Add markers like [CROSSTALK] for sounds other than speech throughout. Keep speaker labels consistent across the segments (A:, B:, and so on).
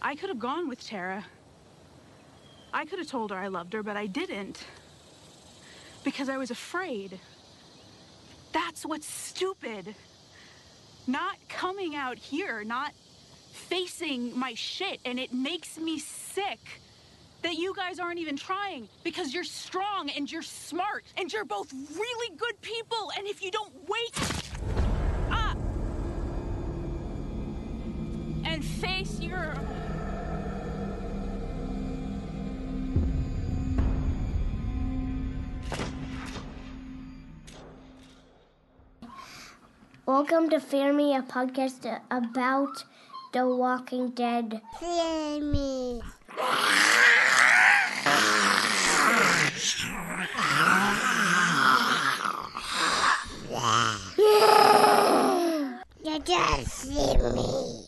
A: I could have gone with Tara. I could have told her I loved her, but I didn't. Because I was afraid. That's what's stupid. Not coming out here, not facing my shit, and it makes me sick that you guys aren't even trying because you're strong and you're smart and you're both really good people, and if you don't wake up and face your.
B: Welcome to Fear Me, a podcast about The Walking Dead.
C: Fear me. You just see me.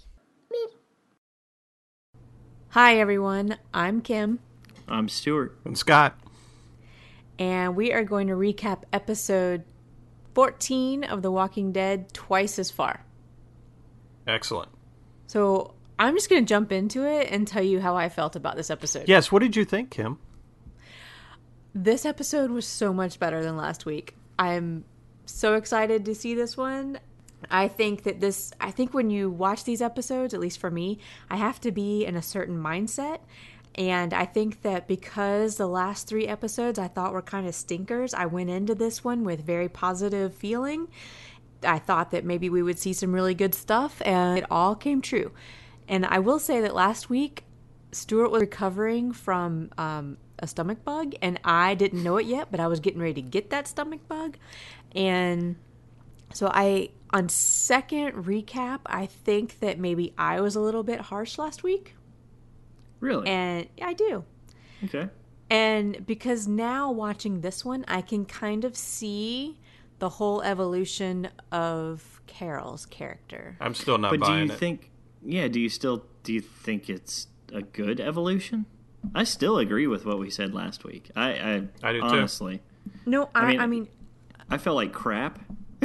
D: Hi, everyone. I'm Kim,
E: I'm Stuart.
F: And Scott,
D: and we are going to recap episode 14 of The Walking Dead twice as far.
F: excellent.
D: So I'm just going to jump into it and tell you how I felt about this episode.
F: Yes, what did you think, Kim?
D: This episode was so much better than last week. I'm so excited to see this one. I think that this, I think when you watch these episodes, at least for me, I have to be in a certain mindset. And I think that because the last three episodes I thought were kind of stinkers, I went into this one with very positive feeling. I thought that maybe we would see some really good stuff, and it all came true. And I will say that last week, Stuart was recovering from um, a stomach bug, and I didn't know it yet, but I was getting ready to get that stomach bug. And so I, on second recap, I think that maybe I was a little bit harsh last week,
E: Really?
D: and yeah, I do.
E: okay.
D: And because now watching this one, I can kind of see the whole evolution of Carol's character.
F: I'm still not
E: But do
F: buying
E: you
F: it.
E: think? Yeah. Do you still? Do you think it's a good evolution? I still agree with what we said last week. I I,
F: I do too.
E: honestly.
D: No, I, I mean,
E: mean- I felt like crap. [LAUGHS]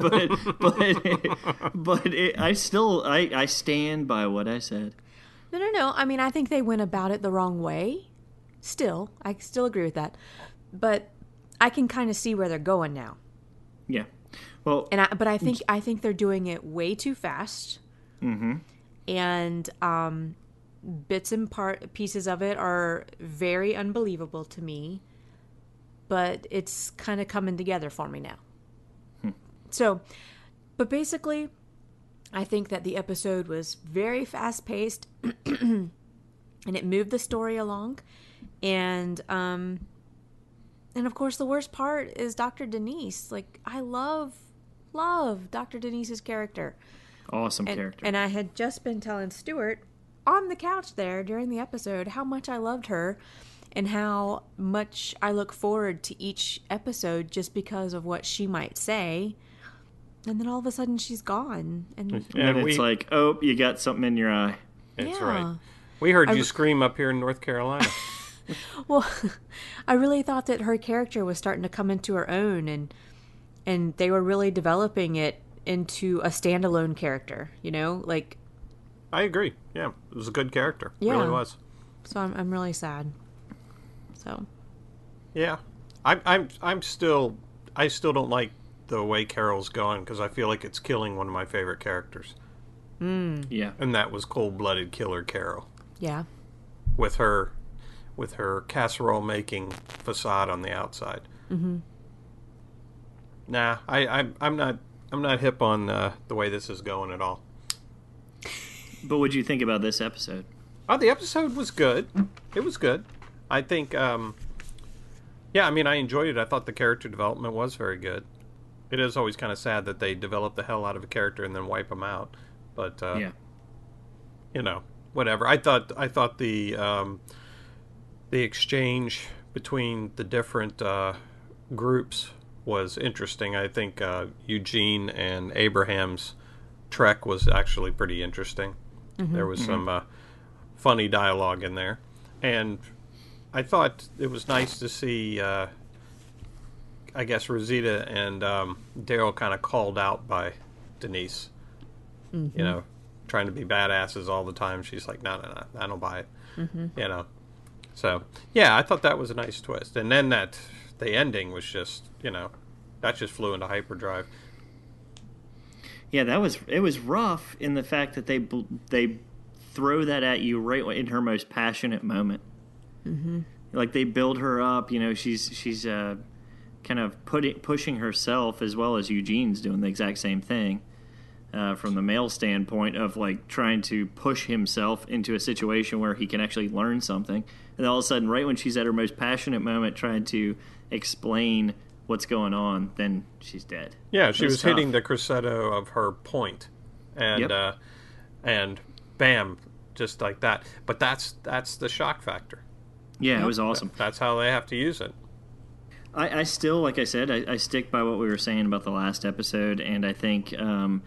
E: but but but it, I still I I stand by what I said.
D: no, no, no. I mean, I think they went about it the wrong way. Still, I still agree with that, but I can kind of see where they're going now.
E: Yeah. Well,
D: and I, but I think I think they're doing it way too fast. Mm-hmm. And um, bits and part pieces of it are very unbelievable to me, but it's kind of coming together for me now. So, but basically, I think that the episode was very fast paced, [CLEARS THROAT] and it moved the story along, and um. And of course, the worst part is Dr. Denise. Like, I love love Dr. Denise's character.
E: awesome
D: And,
E: character.
D: and I had just been telling Stuart on the couch there during the episode how much I loved her and how much I look forward to each episode just because of what she might say. And then all of a sudden she's gone. And
E: and then
F: And
E: it's
F: we-
E: like, oh, you got something in your eye.
F: That's
D: yeah.
F: right. We heard you scream up here in North Carolina.
D: Well, [LAUGHS] I really thought that her character was starting to come into her own and and they were really developing it into a standalone character, you know? Like
F: [LAUGHS] I agree. Yeah, it was a good character.
D: Yeah.
F: Really was.
D: so I'm I'm really sad. So
F: Yeah, I'm. I'm. I'm still. I still don't like the way Carol's going because I feel like it's killing one of my favorite characters,
D: Hmm.
E: Yeah.
F: and that was cold-blooded killer Carol
D: yeah.
F: with her, with her casserole-making facade on the outside. Mm-hmm. Nah, I, I. I'm not. I'm not hip on uh, the way this is going at all.
E: But what'd you think about this episode?
F: Oh, the episode was good. It was good. I think, um, yeah, I mean, I enjoyed it. I thought the character development was very good. It is always kind of sad that they develop the hell out of a character and then wipe them out. But uh,
E: yeah.
F: you know, whatever. I thought I thought the um, the exchange between the different uh, groups was interesting. I think uh, Eugene and Abraham's trek was actually pretty interesting. There was some uh, funny dialogue in there, and I thought it was nice to see. Uh, I guess Rosita and um, Daryl kind of called out by Denise you know, trying to be badasses all the time. She's like, no, no, no, I don't buy it.
E: Mm-hmm.
F: You know. So yeah, I thought that was a nice twist, and then that the ending was just you know that just flew into hyperdrive.
E: Yeah, that was it was rough in the fact that they bl- they throw that at you right in her most passionate moment. Mm-hmm. Like they build her up, you know, she's she's uh, kind of putting pushing herself as well as Eugene's doing the exact same thing uh, from the male standpoint of like trying to push himself into a situation where he can actually learn something. And all of a sudden, right when she's at her most passionate moment, trying to explain what's going on, then she's dead.
F: Yeah, she
E: It
F: was,
E: tough.
F: hitting the crescendo of her point, and
E: Yep.
F: uh, and bam, just like that. But that's that's the shock factor.
E: Yeah, it was awesome.
F: That's how they have to use it.
E: I, I still, like I said, I, I stick by what we were saying about the last episode, and I think um,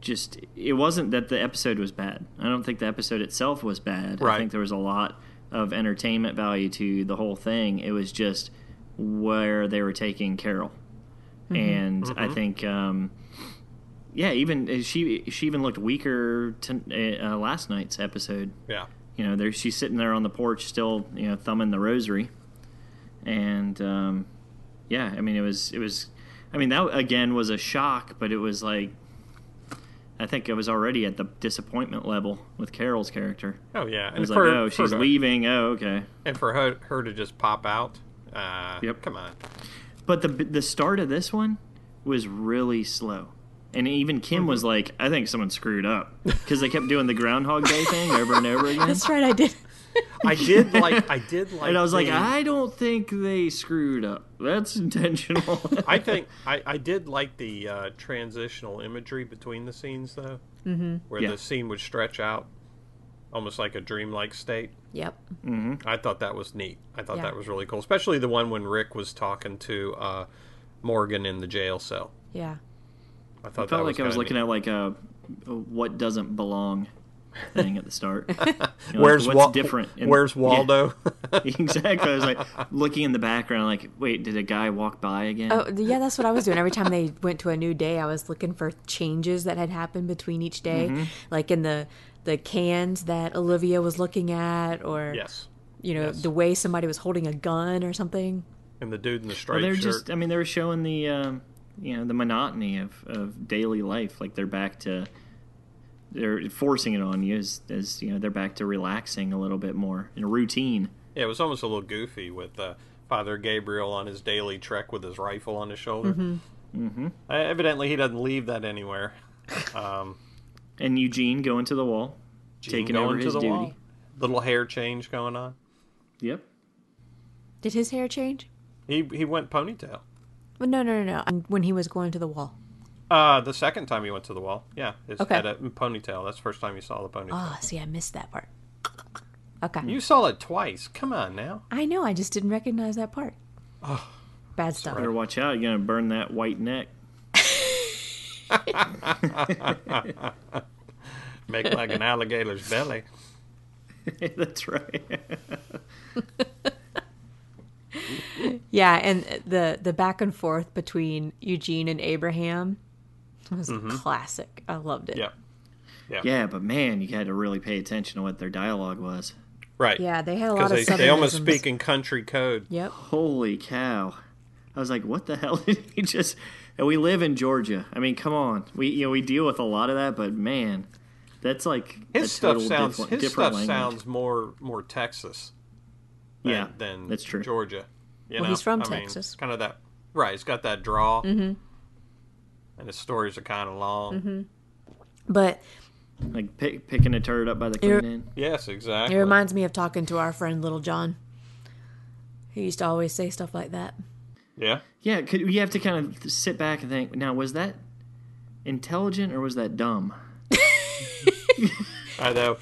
E: just it wasn't that the episode was bad. I don't think the episode itself was bad. I
F: Right.
E: think there was a lot of entertainment value to the whole thing. It was just where they were taking Carol, and I think. Um, yeah, even she she even looked weaker to, uh, last night's episode
F: Yeah.
E: you know, there she's sitting there on the porch, still you know thumbing the rosary, and um, yeah, I mean it was it was, I mean that again was a shock, but it was like, I think I was already at the disappointment level with Carol's character.
F: Oh yeah. And
E: I was
F: for,
E: like, oh, she's
F: for,
E: leaving. Oh, okay.
F: And for her, her to just pop out. Uh,
E: Yep.
F: Come on.
E: But the the start of this one was really slow. And even Kim was like, "I think someone screwed up," because they kept doing the Groundhog Day thing over and
F: [LAUGHS]
E: over again.
D: That's right, I did.
E: [LAUGHS]
F: I did like. I did like.
E: And I was like,
F: the-
E: "I don't think they screwed up. That's [LAUGHS]
F: [LAUGHS]
E: intentional."
F: I think I, I did like the uh, transitional imagery between the scenes though, mm-hmm. where
E: Yeah.
F: the scene would stretch out, almost like a dreamlike state.
D: [LAUGHS] Yep.
F: I thought that was neat. I thought
D: Yeah.
F: that was really cool, especially the one when Rick was talking to uh, Morgan in the jail cell.
D: Yeah.
F: I thought
E: I felt
F: that
E: like I was looking
F: neat.
E: at like a, a what doesn't belong thing at the start. You know, like,
F: where's
E: what's
F: Wa-
E: different? in- [LAUGHS]
F: where's
E: Yeah,
F: Waldo?
E: exactly. I was like looking in the background, like, wait, did a guy walk by again?
D: Oh, th- yeah, that's what I was doing. Every time they went to a new day, I was looking for changes that had happened between each day,
F: Mm-hmm.
D: like in the the cans that Olivia was looking at, or
F: yes,
D: you know, the way somebody was holding a gun or something.
F: and the dude in the
E: Well,
F: striped
E: they're
F: shirt.
E: just. I mean, they were showing the um, you know the monotony of, of daily life. Like they're back to they're forcing it on you as, as you know they're back to relaxing a little bit more and routine.
F: Yeah, it was almost a little goofy with uh, Father Gabriel on his daily trek with his rifle on his shoulder. Mm-hmm. Uh, evidently, he doesn't leave that anywhere. Um,
E: And Eugene going to the wall, taking
F: going
E: over
F: to
E: his
F: the
E: duty.
F: wall. Little hair change going on.
E: Yep.
D: Did his hair change?
F: He he went ponytail.
D: Well, no, no, no, no. When he was going to the wall.
F: Uh, the second time he went to the wall, yeah, his
D: Okay.
F: head up in ponytail. That's the first time you saw the ponytail.
D: Oh, see, I missed that part. Okay.
F: You saw it twice. Come on now.
D: I know. I just didn't recognize that part. Bad stuff.
E: Better watch out. You're gonna burn that white neck. [LAUGHS]
F: Make like an alligator's belly.
E: That's right.
D: Yeah, and the the back and forth between Eugene and Abraham was classic. I loved it.
F: Mm-hmm. Yeah.
E: Yeah, but man, you had to really pay attention to what their dialogue was.
F: Right.
D: Yeah, they had a lot
F: Because
D: of.
F: they, they almost
D: Southernisms.
F: speak in country code.
D: Yep.
E: Holy cow. I was like, what the hell [LAUGHS] did he just and we live in Georgia. I mean, come on. We you know, we deal with a lot of that, but man, that's like
F: His
E: a
F: stuff
E: total
F: sounds
E: different,
F: his
E: different
F: stuff
E: language.
F: sounds more more Texas. Than,
E: Yeah,
F: than
E: that's true.
F: Georgia. You
D: Well,
F: know?
D: he's from
F: I mean,
D: Texas. Mm-hmm.
F: kind of that. Right. He's got that draw. And his stories are kind of long.
D: But
E: like pick, picking a turd up by the clean end.
F: Yes, exactly.
D: it reminds me of talking to our friend Little John. He used to always say stuff like that.
F: yeah.
E: Yeah, could, you have to kind of sit back and think. Now, was that intelligent or was that dumb? [LAUGHS]
F: I know.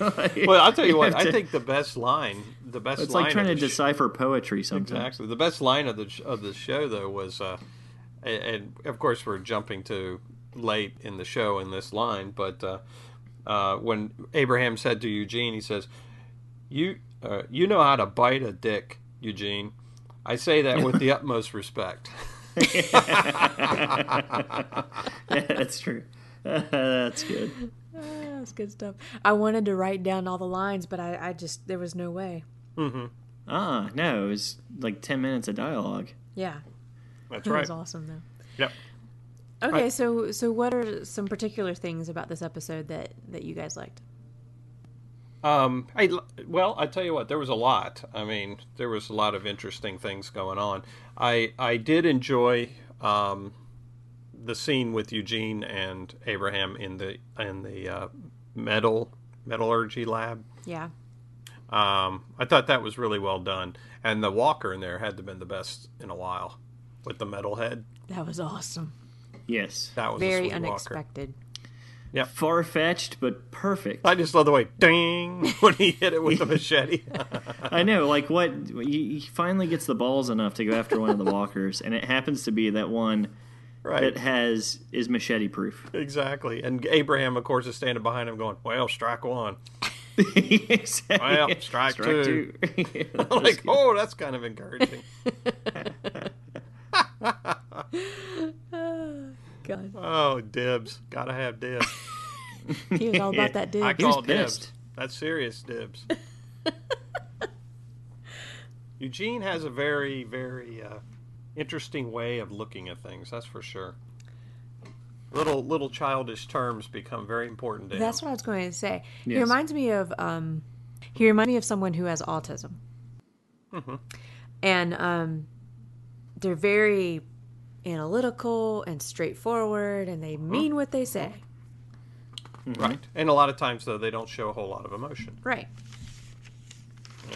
F: well, I'll tell you what.
E: have
F: I
E: to-
F: think the best line, the best
E: It's
F: line.
E: like trying to
F: of the sh-
E: decipher poetry sometimes.
F: Exactly. The best line of the sh- of the show though was, uh, a- and of course we're jumping to late in the show in this line, but uh, uh, when Abraham said to Eugene, he says, "You uh, you know how to bite a dick, Eugene." I say that with the [LAUGHS] utmost respect.
E: [LAUGHS] yeah, that's true. that's good.
D: That was good stuff. I wanted to write down all the lines, but I, I just there was no way.
E: Ah, no, it was like ten minutes of dialogue.
D: Yeah,
F: That's
D: it
F: right.
D: was awesome though.
F: Yep.
D: Okay,
F: I-
D: so so what are some particular things about this episode that that you guys liked?
F: Um, I, well, I tell you what, there was a lot. I mean, there was a lot of interesting things going on. I I did enjoy um, the scene with Eugene and Abraham in the in the uh, metal metallurgy lab.
D: Yeah,
F: Um, I thought that was really well done, and the Walker in there had to have been the best in a while with the metal head.
D: that was awesome.
E: Yes,
F: That was a
D: Very
F: sweet Walker.
D: unexpected.
E: far fetched but
F: [LAUGHS]
E: perfect.
F: I just love the way ding [LAUGHS] when he hit it with the machete. [LAUGHS]
E: I know, like what he he finally gets the balls enough to go after one of the walkers, and it happens to be that one
F: right.
E: that has is machete [LAUGHS] proof.
F: Exactly. And Abraham, of course, is standing behind him going, Well, strike one. [LAUGHS]
E: exactly.
F: Well, strike two. [LAUGHS]
E: Yeah, [LAUGHS] that was
F: Like,
E: good.
F: oh, that's kind of encouraging.
D: God,
F: oh, dibs. Gotta have dibs.
D: he was all about that dude.
F: I
E: was
F: call dibs.
E: pissed.
F: That's serious dibs. Eugene has a very, very uh, interesting way of looking at things, that's for sure. Little little childish terms become very important to
D: That's
F: him.
D: what I was going to say. He
E: Yes.
D: reminds me of um, he reminds me of someone who has autism, and um, they're very analytical and straightforward, and they mean what they say.
F: Right. And a lot of times though they don't show a whole lot of emotion.
D: Right?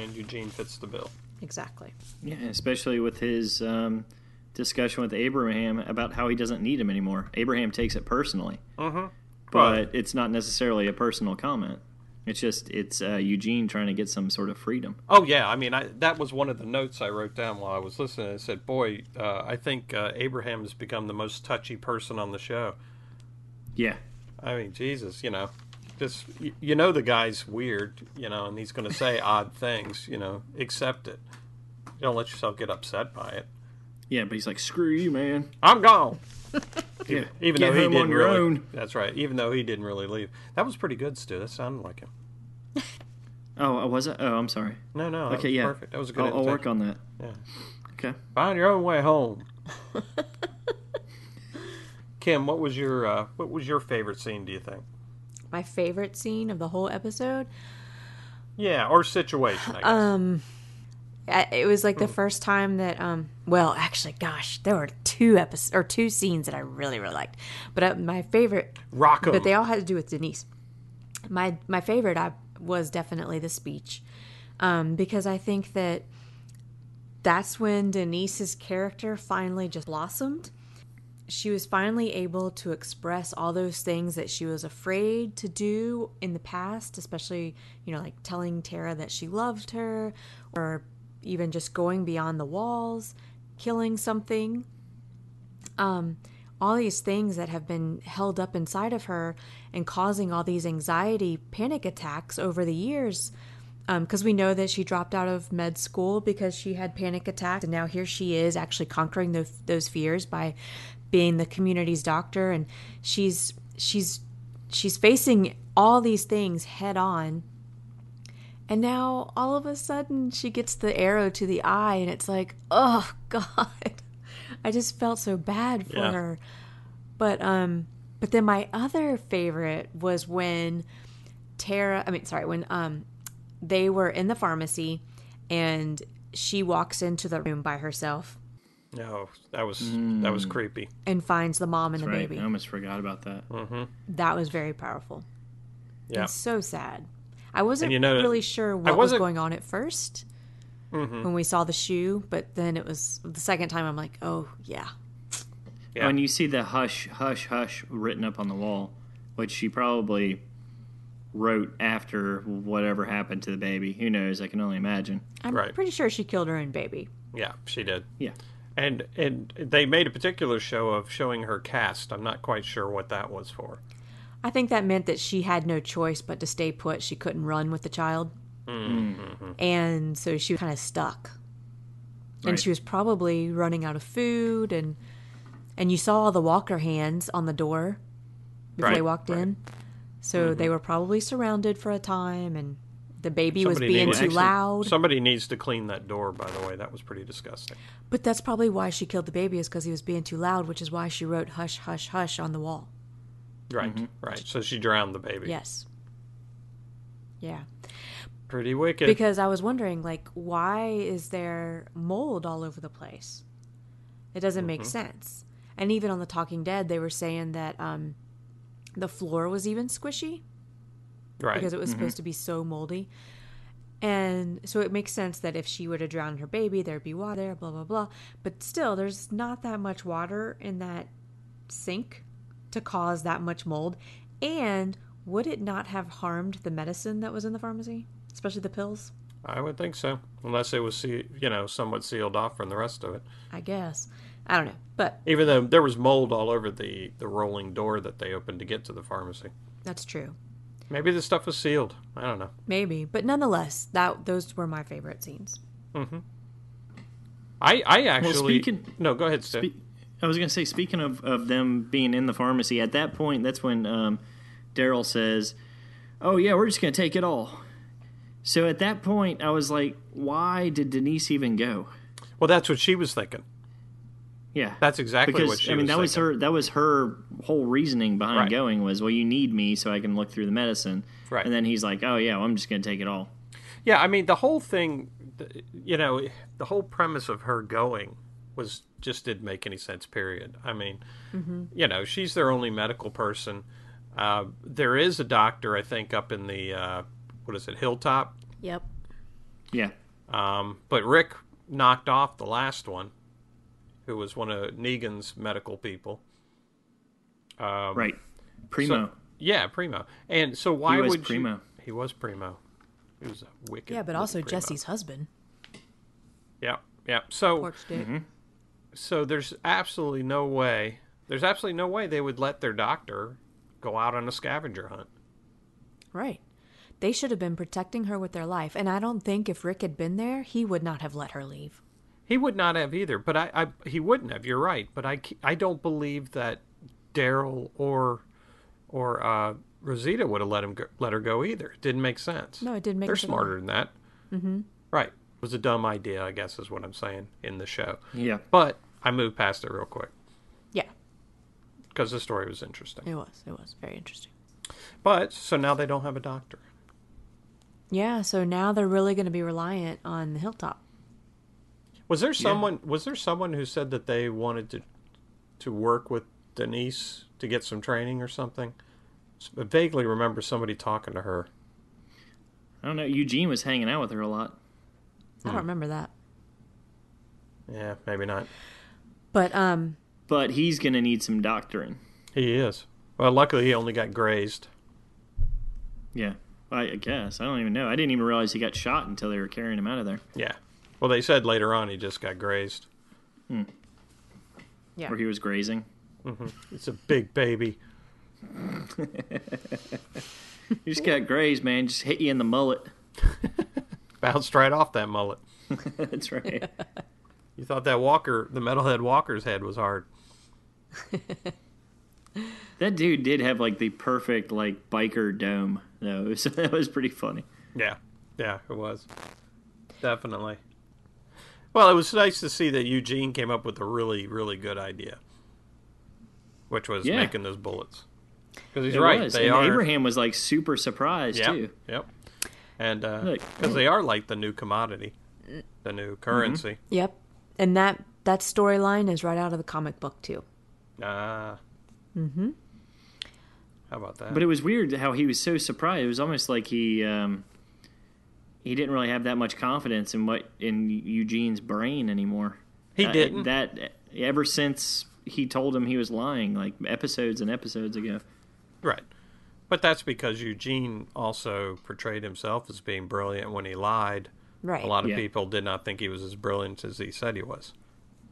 F: And Eugene fits the bill.
D: Exactly.
E: Yeah, especially with his um, discussion with Abraham about how he doesn't need him anymore. Abraham takes it personally, but
F: Mm-hmm. Right.
E: it's not necessarily a personal comment. It's just it's uh, Eugene trying to get some sort of freedom.
F: Oh yeah, I mean I, that was one of the notes I wrote down while I was listening. I said, "Boy, uh, I think uh, Abraham has become the most touchy person on the show."
E: Yeah,
F: I mean, Jesus, you know, just you, you know the guy's weird, you know, and he's going
E: [LAUGHS]
F: to say odd things, you know. Accept it. Don't let yourself get upset by it.
E: yeah, but he's like, "Screw you, man." [LAUGHS]
F: I'm gone.
E: Yeah.
F: Even
E: Get
F: though he
E: home
F: didn't
E: on your
F: really,
E: own.
F: That's right. Even though he didn't really leave, that was pretty good, Stu. That sounded like him.
E: Oh, I was. Oh, I'm sorry.
F: No, no. that
E: Okay,
F: was
E: yeah,
F: Perfect. That was a good.
E: I'll, I'll work
F: imitation.
E: on that.
F: Yeah.
E: Okay.
F: Find your own way home.
D: [LAUGHS]
F: Kim, what was your uh, what was your favorite scene? Do you think?
D: My favorite scene of the whole episode.
F: Yeah, or situation. I guess.
D: Um, I- It was like the first time that. Um, well, actually, gosh, there were two episodes or two scenes that I really really liked, but uh, my favorite
F: Rock 'em.
D: but they all had to do with Denise. My my favorite I was definitely the speech, um, because I think that that's when Denise's character finally just blossomed. She was finally able to express all those things that she was afraid to do in the past, especially you know like telling Tara that she loved her, or even just going beyond the walls, killing something all these things that have been held up inside of her and causing all these anxiety panic attacks over the years because we know that she dropped out of med school because she had panic attacks and now here she is actually conquering those, those fears by being the community's doctor and she's she's she's facing all these things head on and now all of a sudden she gets the arrow to the eye and it's like oh [LAUGHS] god i just felt so bad for
F: Yeah.
D: her but um but then my other favorite was when tara i mean sorry when um they were in the pharmacy and she walks into the room by herself
F: no, Oh, that was that
D: Hmm.
F: was creepy.
D: and finds the mom and the
E: Right. Oh,
D: baby
E: I almost forgot about that.
D: that was very powerful
F: Yeah.
D: It's so sad i wasn't
F: And you know,
D: really sure what was
F: wasn't- Mm-hmm.
D: going on at 1st when we saw the shoe but then it was the second time i'm like oh yeah
F: Yeah.
E: When you see the hush, hush, hush written up on the wall, which she probably wrote after whatever happened to the baby. Who knows? I can only imagine.
D: i'm
F: Right.
D: pretty sure she killed her own baby
F: Yeah, she did.
E: Yeah.
F: And and they made a particular show of showing her cast. I'm not quite sure what that was for.
D: i think that meant that she had no choice but to stay put she couldn't run with the child
F: Mm-hmm.
D: and so she was kind of stuck and
E: Right.
D: she was probably running out of food and and you saw all the walker hands on the door before they
F: Right, Mm-hmm.
D: walked in So they were probably surrounded for a time, and the baby was being
F: needs-
D: too loud.
F: Somebody needs to clean that door, by the way. That was pretty disgusting.
D: But that's probably why she killed the baby, is because he was being too loud, which is why she wrote "hush, hush, hush" on the wall.
F: Right,
D: Mm-hmm.
F: right. So she drowned the baby.
D: Yes. Yeah.
F: Pretty wicked.
D: Because I was wondering, like, why is there mold all over the place? It doesn't make sense. And even on The Talking Dead, they were saying that um, the floor was even squishy
F: right.
D: because it was supposed to be so moldy. And so it makes sense that if she were to drown her baby, there'd be water, there, blah, blah, blah. But still, there's not that much water in that sink to cause that much mold. And would it not have harmed the medicine that was in the pharmacy, especially the pills?
F: I would think so, unless it was, se- you know, somewhat sealed off from the rest of it.
D: I guess. I don't know. But
F: Even though there was mold all over the the rolling door that they opened to get to the pharmacy.
D: that's true.
F: Maybe the stuff was sealed. I don't know.
D: Maybe. But nonetheless, that those were my favorite scenes.
F: I I actually
E: speaking-
F: no. Go ahead, Stu.
E: I was going to say, speaking of, of them being in the pharmacy, at that point, that's when um, Daryl says, Oh, yeah, we're just going to take it all. So at that point, I was like, Why did Denise even go?
F: well, that's what she was thinking.
E: Yeah.
F: That's exactly
E: because,
F: what she
E: I mean,
F: was
E: that was
F: thinking.
E: her that was her whole reasoning behind
F: Right.
E: going was, Well, you need me so I can look through the medicine.
F: Right.
E: And then he's like, Oh, yeah, well, I'm just going to take it all.
F: Yeah, I mean the whole thing, th- you know, the whole premise of her going was just didn't make any sense. Period. I mean,
E: Mm-hmm.
F: you know, she's their only medical person. Uh, there is a doctor, I think, up in the uh, what is it, Hilltop?
D: Yep.
E: Yeah.
F: Um, but Rick knocked off the last one, who was one of Negan's medical people. Um,
E: Right. Primo.
F: So, yeah, Primo. And so why
E: He was
F: would you-
E: primo.
F: he was primo. He was a wicked.
D: Yeah, but
F: wicked
D: also
F: primo.
D: Jesse's husband.
F: Yeah, yeah. So
D: Porch dick.
F: Mm-hmm. so there's absolutely no way. There's absolutely no way they would let their doctor go out on a scavenger hunt.
D: Right. They should have been protecting her with their life. And I don't think if Rick had been there, he would not have let her leave.
F: He would not have either, but I, I he wouldn't have. You're right, but I, c- I don't believe that Daryl or or uh, Rosita would have let him go, let her go either. It didn't make sense.
D: No, it didn't make
F: They're
D: sense at all.
F: smarter than that. Mm-hmm. Right. It was a dumb idea, I guess, is what I'm saying in the show.
E: Yeah.
F: But I moved past it real quick
D: Yeah.
F: because the story was interesting.
D: It was. It was very interesting.
F: But so now they don't have a doctor.
D: Yeah. So now they're really going to be reliant on the hilltop.
F: Was there someone? Was there someone who said that they wanted to to work with Denise to get some training or something? S- I vaguely remember somebody talking to her.
E: I don't know. Eugene was hanging out with her a lot.
D: I
F: Mm-hmm.
D: don't remember that.
F: Yeah, maybe not.
D: But um,
E: But he's going to need some doctoring.
F: He is. Well, luckily he only got grazed.
E: Yeah, I I guess I don't even know. I didn't even realize he got shot until they were carrying him out of there,
F: Yeah. Well, they said later on he just got grazed.
D: yeah.
E: or he was grazing.
F: It's a big baby.
E: He just got grazed, man. Just hit you in the mullet. [LAUGHS]
F: Bounced right off that mullet.
E: That's right.
F: You thought that Walker, the metalhead Walker's head, was hard.
E: that dude did have like the perfect like biker dome though, [LAUGHS] so that was pretty funny.
F: Yeah, yeah, it was definitely. Well, it was nice to see that Eugene came up with a really, really good idea, which was
E: Yeah.
F: making those bullets. Because he's
E: It
F: right,
E: was.
F: they
E: and
F: are.
E: Abraham was like super surprised
F: yep,
E: too.
F: yep. And because
E: Look. Mm-hmm.
F: they are like the new commodity, the new currency.
D: Yep. And that that storyline is right out of the comic book too.
F: Ah. Mm-hmm. How about that?
E: But it was weird how he was so surprised. It was almost like he um, he didn't really have that much confidence in what in Eugene's brain anymore.
F: He
E: Uh,
F: didn't.
E: That ever since he told him he was lying, like episodes and episodes ago.
F: Right. But that's because Eugene also portrayed himself as being brilliant when he lied.
D: Right.
F: A lot of
E: Yeah.
F: people did not think he was as brilliant as he said he was.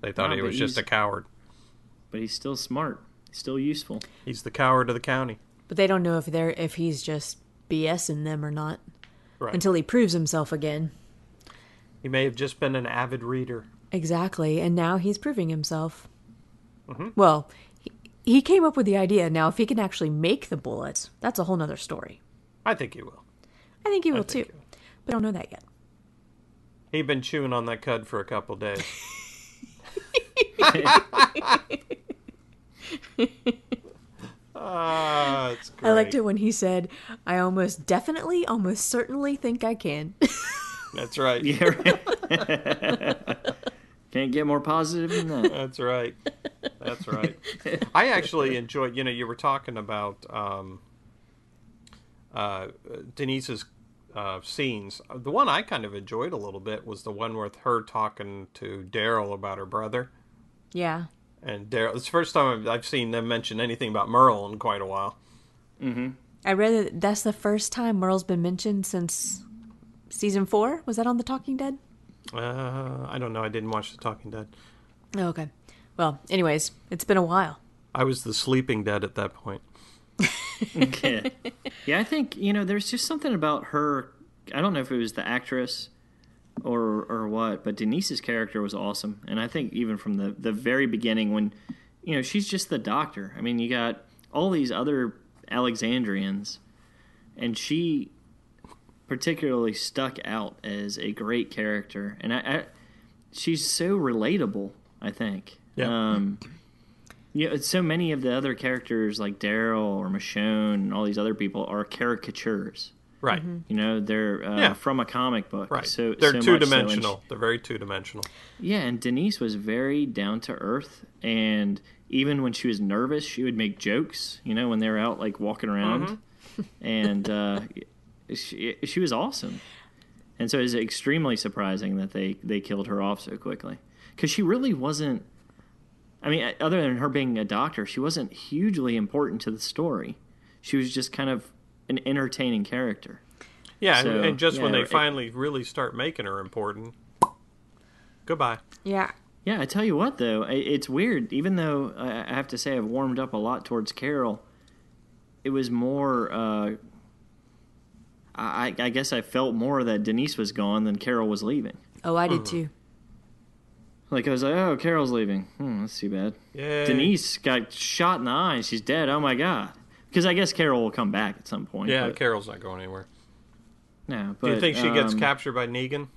F: They thought
E: No,
F: he
E: but
F: was just a
E: he's-
F: coward.
E: But he's still smart, still useful.
F: He's the coward of the county.
D: But they don't know if they're if he's just BSing them or not
F: Right.
D: until he proves himself again.
F: he may have just been an avid reader.
D: Mm-hmm. Exactly. And now he's proving himself. Well, he, he came up with the idea. Now, if he can actually make the bullets, that's a whole nother story.
F: I think he will.
D: I think he will too,
F: think he will.
D: but I don't know that yet.
F: he been chewing on that cud for a
D: [LAUGHS]
F: couple days. Ah, it's great.
D: I liked it when he said, "I almost definitely, almost certainly think I can." [LAUGHS]
F: That's right.
E: Yeah, right. Can't get more positive than that.
F: That's right.
E: [LAUGHS]
F: That's right. I actually enjoyed. You know, you were talking about um, uh, Denise's uh, scenes. The one I kind of enjoyed a little bit was the one with her talking to Daryl about her brother.
D: yeah,
F: And Daryl, it's the first time I've, I've seen them mention anything about Merle in quite a while.
D: I read that that's the first time Merle's been mentioned since season four. Was that on The Talking Dead?
F: Uh, I don't know. I didn't watch The Talking Dead.
D: Oh, okay. Well, anyways, it's been a while.
F: I was the Sleeping Dead at that point.
E: Yeah. yeah, I think you know, there's just something about her. I don't know if it was the actress or or what, but Denise's character was awesome, and I think even from the the very beginning when you know she's just the doctor. I mean, you got all these other Alexandrians, and she particularly stuck out as a great character, and I, I she's so relatable. I think.
F: Yeah.
E: Um, yeah, it's so many of the other characters like Daryl or Michonne and all these other people are caricatures.
F: Right.
E: You know, they're uh,
F: Yeah.
E: from a comic book.
F: Right.
E: mm-hmm. So
F: They're
E: so much so,
F: two
E: and she-
F: dimensional. They're very two dimensional.
E: yeah, and Denise was very down to earth, and even when she was nervous, she would make jokes. You know, when they were out like walking around, [LAUGHS] and uh, she she was awesome. And so it was extremely surprising that they they killed her off so quickly because she really wasn't. I mean, other than her being a doctor, she wasn't hugely important to the story. She was just kind of an entertaining character.
F: Yeah,
E: So,
F: and, and just when
E: yeah,
F: they
E: it-
F: finally really start making her important, goodbye.
D: Yeah.
E: Yeah, I tell you what, though, i- it's weird. Even though I I have to say I've warmed up a lot towards Carol, it was more. Uh, I, I guess I felt more that Denise was gone than Carol was leaving.
D: Oh, I
F: Mm-hmm.
D: did too.
E: Like I was like, oh, Carol's leaving. Hmm, that's too bad.
F: Yay.
E: Denise got shot in the eye. and She's dead. Oh my god. Because I guess Carol will come back at some point.
F: Yeah,
E: but-
F: Carol's not going anywhere.
E: No, but
F: Do you think she gets
E: um,
F: captured by Negan?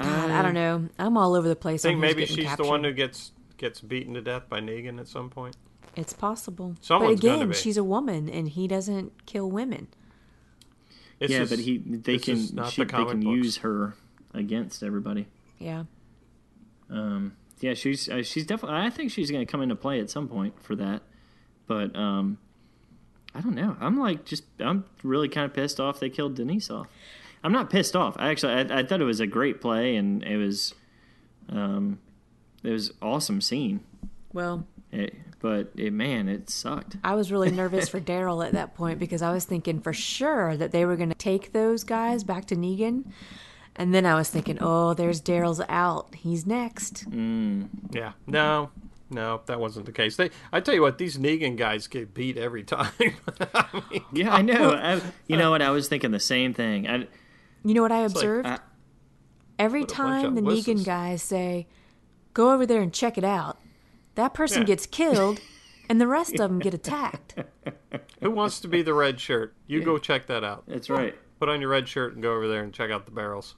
D: God, I don't know. I'm all over the place.
F: I think
D: on who's
F: maybe
D: getting
F: she's the one who
D: captured.
F: gets gets beaten to death by Negan at some point.
D: It's possible.
F: Someone's
D: but
F: gonna
D: again,
F: be.
D: she's a woman, and he doesn't kill women.
F: This
E: Yeah,
F: is-
E: but he they
F: this
E: can
F: is not
E: she,
F: the
E: they
F: comic
E: can
F: books.
E: use her against everybody.
D: Yeah.
E: Um, yeah, she's uh, she's definitely. I think she's going to come into play at some point for that. But um, I don't know. I'm like just I'm really kind of pissed off they killed Denise off. I'm not pissed off. I actually I, I thought it was a great play and it was um, it was awesome scene.
D: Well,
E: It, but it man, it sucked. [LAUGHS]
D: I was
F: [LAUGHS]
D: really nervous for Daryl at that point because I was thinking for sure that they were going to take those guys back to Negan. And then I was thinking, oh, there's Daryl's out. He's next.
F: Mm. Yeah, no, no, that wasn't the case. They, I tell you what, these Negan guys get beat
E: [LAUGHS]
F: every [LAUGHS] time. I mean,
E: Yeah, I know. I, you know what? I was thinking the same thing. I,
D: You know what I observed?
E: I-
D: Every
F: ah, a bunch
D: time
F: of
D: the
F: whistles.
D: Negan guys say, go over there and check it out, that person
F: Yeah.
D: gets
F: [LAUGHS]
D: killed and the rest of them get attacked.
F: who wants to be the red shirt? You go check that out.
E: that's right.
F: Put on your red shirt and go over there and check out
E: [LAUGHS]
F: the barrels.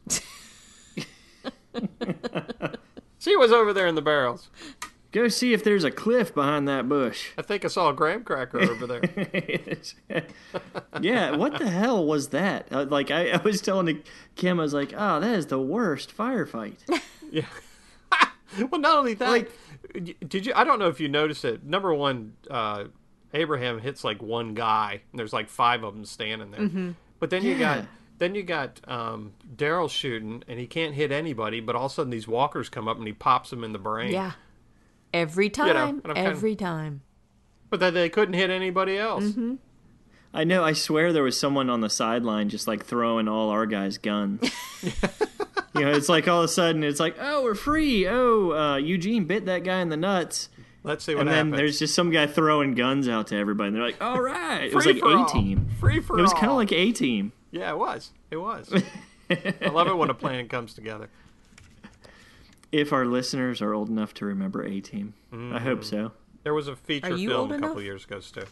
F: See what's over there in the barrels.
E: Go see if there's a cliff behind that bush.
F: I think I saw a graham cracker over there.
E: [LAUGHS] yeah, what the hell was that? Uh, like, I, I was telling Kim, I was like, oh, that is the worst
F: [LAUGHS]
E: firefight.
F: well, not only that,
E: Like-
F: did you? I don't know if you noticed it. Number one, uh, Abraham hits like one guy, and there's like five of them standing there. But then you
E: Mm-hmm. Yeah.
F: got then you got um, Daryl shooting, and he can't hit anybody. But all of a sudden, these walkers come up, and he pops them in the brain.
D: Yeah. Every time.
F: know, and I'm kind of-
D: every time.
F: But then they couldn't hit anybody else.
E: Mm-hmm. I know, I swear there was someone on the sideline just like throwing all our guys'
F: [LAUGHS]
E: guns. you know, it's like all of a sudden it's like, oh, we're free. Oh, uh, Eugene bit that guy in the nuts.
F: Let's see what
E: And then
F: happens.
E: there's just some guy throwing guns out to everybody. And they're like, all right. it was
F: Free
E: like
F: for all.
E: A Team.
F: Free for
E: It was
F: all.
E: kind of like A Team.
F: yeah, it was. It was. I love it when a plan comes together.
E: If our listeners are old enough to remember A Team, I hope so.
F: There was a feature
D: Are you
F: film
D: old
F: a couple
D: enough?
F: years ago, Stu.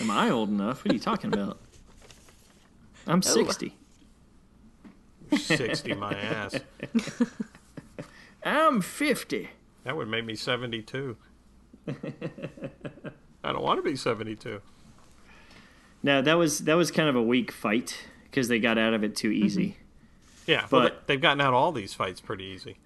E: Am I old enough? What are you talking about? I'm
F: Oh.
E: 60.
F: 60 my ass.
E: I'm 50.
F: That would make me 72. I don't want to be 72.
E: No, that was that was kind of a weak fight because they got out of it too easy.
F: Yeah, but
E: But-
F: they've gotten out all these fights pretty easy. Mm-hmm.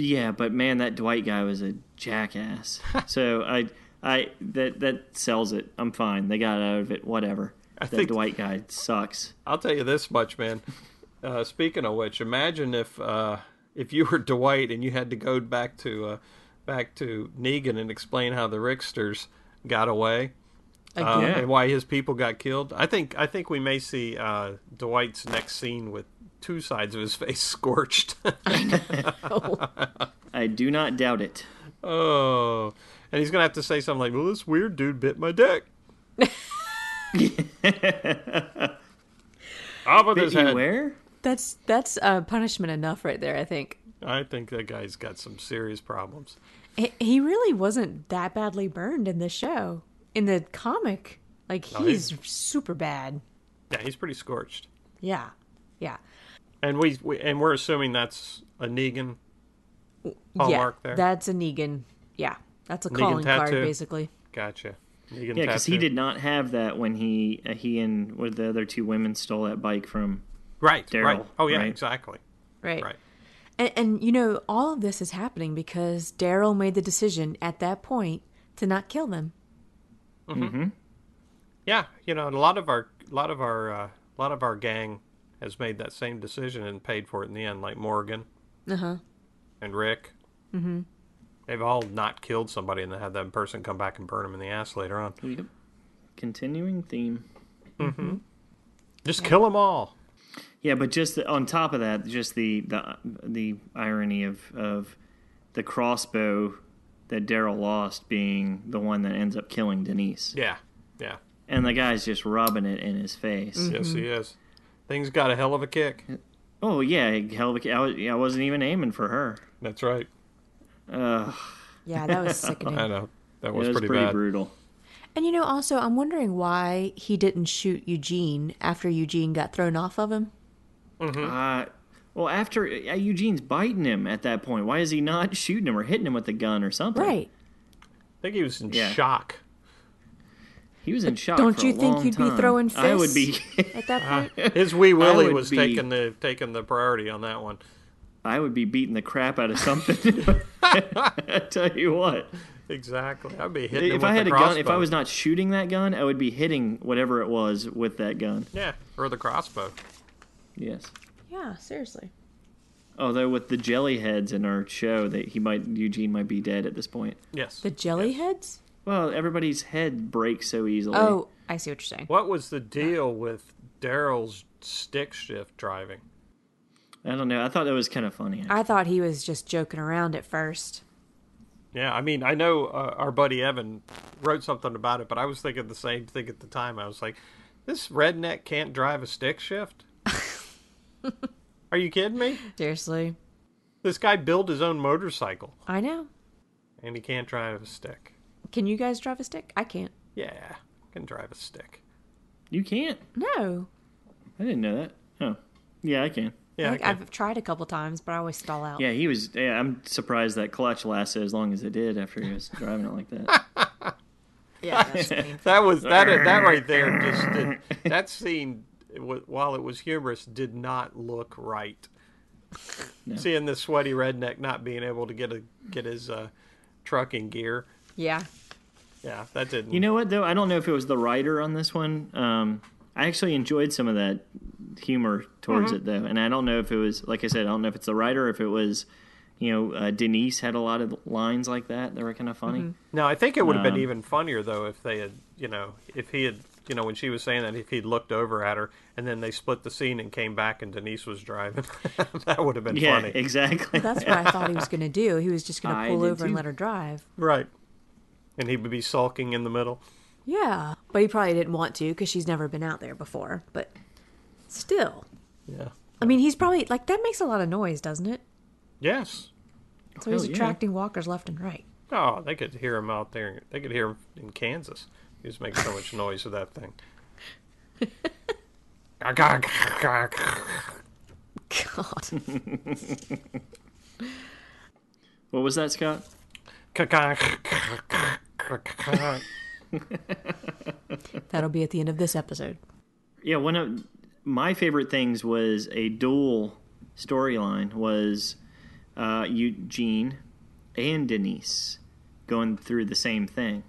E: Yeah, but man, that Dwight guy was a
F: [LAUGHS]
E: jackass. so I, I that that sells it. I'm fine. They got out of it. Whatever.
F: I
E: that
F: think-
E: Dwight guy sucks.
F: I'll tell you this much, man. Uh, speaking of which, imagine if uh, if you were Dwight and you had to go back to uh, back to Negan and explain how the Ricksters got away uh,
D: Again.
F: and why his people got killed. I think I think we may see uh, Dwight's next scene with two sides of his face [LAUGHS] scorched.
E: I do not doubt it.
F: oh, and he's gonna have to say something like, "Well, this weird dude bit my dick."
E: [LAUGHS]
F: Off with
E: Bit
F: his
E: you
F: head.
E: where?
D: That's that's uh, punishment enough right there. I think
F: I think that guy's got some serious problems.
D: he, he really wasn't that badly burned in the show. In the comic, like he's super bad.
F: Yeah, he's pretty scorched.
D: Yeah, yeah,
F: And we, we and we're assuming that's a Negan hallmark
D: yeah.
F: there.
D: That's a Negan. Yeah, that's a
F: Negan
D: calling
F: tattoo.
D: card basically.
F: Gotcha. Negan
E: Yeah, because he
F: tattoo.
E: did not have that when he uh, he and what the other two women stole that bike from.
F: Right. right.
E: Daryl,
F: Oh yeah,
E: right?
F: exactly.
D: Right.
F: Right.
D: And, and you know, all of this is happening because Daryl made the decision at that point to not kill them.
F: Yeah, you know, and a lot of our a lot of our uh, a lot of our gang has made that same decision and paid for it in the end, like Morgan
D: Uh huh.
F: and Rick. Mm-hmm. They've all not killed somebody and then had that person come back and burn them in the ass later on.
E: Yep. Continuing theme.
F: Just kill them all.
E: Yeah, but just the, on top of that, just the the the irony of of the crossbow that Daryl lost being the one that ends up killing Denise.
F: Yeah. Yeah.
E: and the guy's just rubbing it in his face.
D: Mm-hmm.
F: Yes, he is. Things got a hell of a kick.
E: Oh yeah, hell of a, I, was, I wasn't even aiming for her.
F: That's right.
E: Uh,
D: Yeah, that was
F: [LAUGHS]
D: sickening.
F: I know. That
E: it
F: was,
E: was pretty,
F: pretty, bad.
E: brutal.
D: And you know, also, I'm wondering why he didn't shoot Eugene after Eugene got thrown off of him. Mm-hmm.
E: Uh, well, after uh, Eugene's biting him at that point, why is he not [LAUGHS] shooting him or hitting him with a gun or something?
D: Right.
F: I think he was in
E: Yeah. [LAUGHS]
F: shock.
E: He was in shock.
D: Don't
E: for a
D: you think
E: long
D: you'd be
E: time.
D: throwing
E: I would be.
D: fists? At that
E: Uh-huh.
D: point,
F: His wee willy
E: would
F: was
E: be-
F: taking the taking the priority on that one.
E: [LAUGHS] I would be beating the crap out of something.
D: [LAUGHS]
E: [LAUGHS] I tell you what.
F: Exactly. I'd be hitting him
E: If
F: with
E: I had
F: the
E: a gun, if I
F: crossbow.
E: was not shooting that gun, I would be hitting whatever it was with that gun.
F: yeah, or the crossbow.
E: Yes.
D: yeah, seriously.
E: Although with the jelly heads in our show, that he might Eugene might be dead at this point.
F: Yes.
D: The jelly heads?
E: Well, everybody's head breaks so easily.
D: Oh, I see what you're saying.
F: What was the deal with Daryl's stick shift driving?
E: I don't know. I thought that was kind of funny.
D: I thought he was just joking around at first.
F: Yeah, I mean, I know uh, our buddy Evan wrote something about it, but I was thinking the same thing at the time. I was like, this redneck can't drive a stick shift? Are you kidding me?
D: Seriously.
F: This guy built his own motorcycle
D: I know.
F: and he can't drive a stick.
D: Can you guys drive a stick? I can't.
F: Yeah, can drive a stick.
E: You can't.
D: No.
E: I didn't know that. Oh, yeah, I can.
F: Yeah,
D: like,
F: I can.
D: I've tried a couple times, but I always stall out.
E: Yeah, he was. Yeah, I'm surprised that clutch lasted as long as it did after he was [LAUGHS] driving it like that.
D: Yeah, that's painful.
F: that was that that right there just did, that scene it wa- while it was humorous did not look right seeing the sweaty redneck not being able to get a get his uh trucking gear
D: yeah. [LAUGHS]
F: yeah that didn't
E: You know what though? I don't know if it was the writer on this one. Um, I actually enjoyed some of that humor towards it though, and I don't know if it was like I said. I don't know if it's the writer, or if it was, you know, uh, Denise had a lot of lines like that that were kind of funny.
F: no i think it would have
E: Um,
F: been even funnier though if they had you know if he had you know when she was saying that if he'd looked over at her and then they split the scene and came back and denise was driving [LAUGHS] that would have been
E: Yeah,
F: funny
E: exactly.
D: That's what I thought he was going to do. He was just going
E: I
D: to pull
E: did
D: over and
E: too.
D: let her drive.
F: right and he would be sulking in the middle
D: Yeah, but he probably didn't want to because she's never been out there before. But still,
F: yeah
D: I mean, he's probably like that makes a lot of noise, doesn't it?
F: Yes.
D: So he's
E: Hell Oh, yeah.
D: attracting walkers left and right. [LAUGHS]
F: Oh, they could hear him out there. They could hear him in Kansas. He was making so much noise with that thing.
D: God.
E: What was that, Scott?
D: That'll be at the end of this episode.
E: Yeah, one of my favorite things was a dual storyline was uh, Eugene and Denise going through the same thing.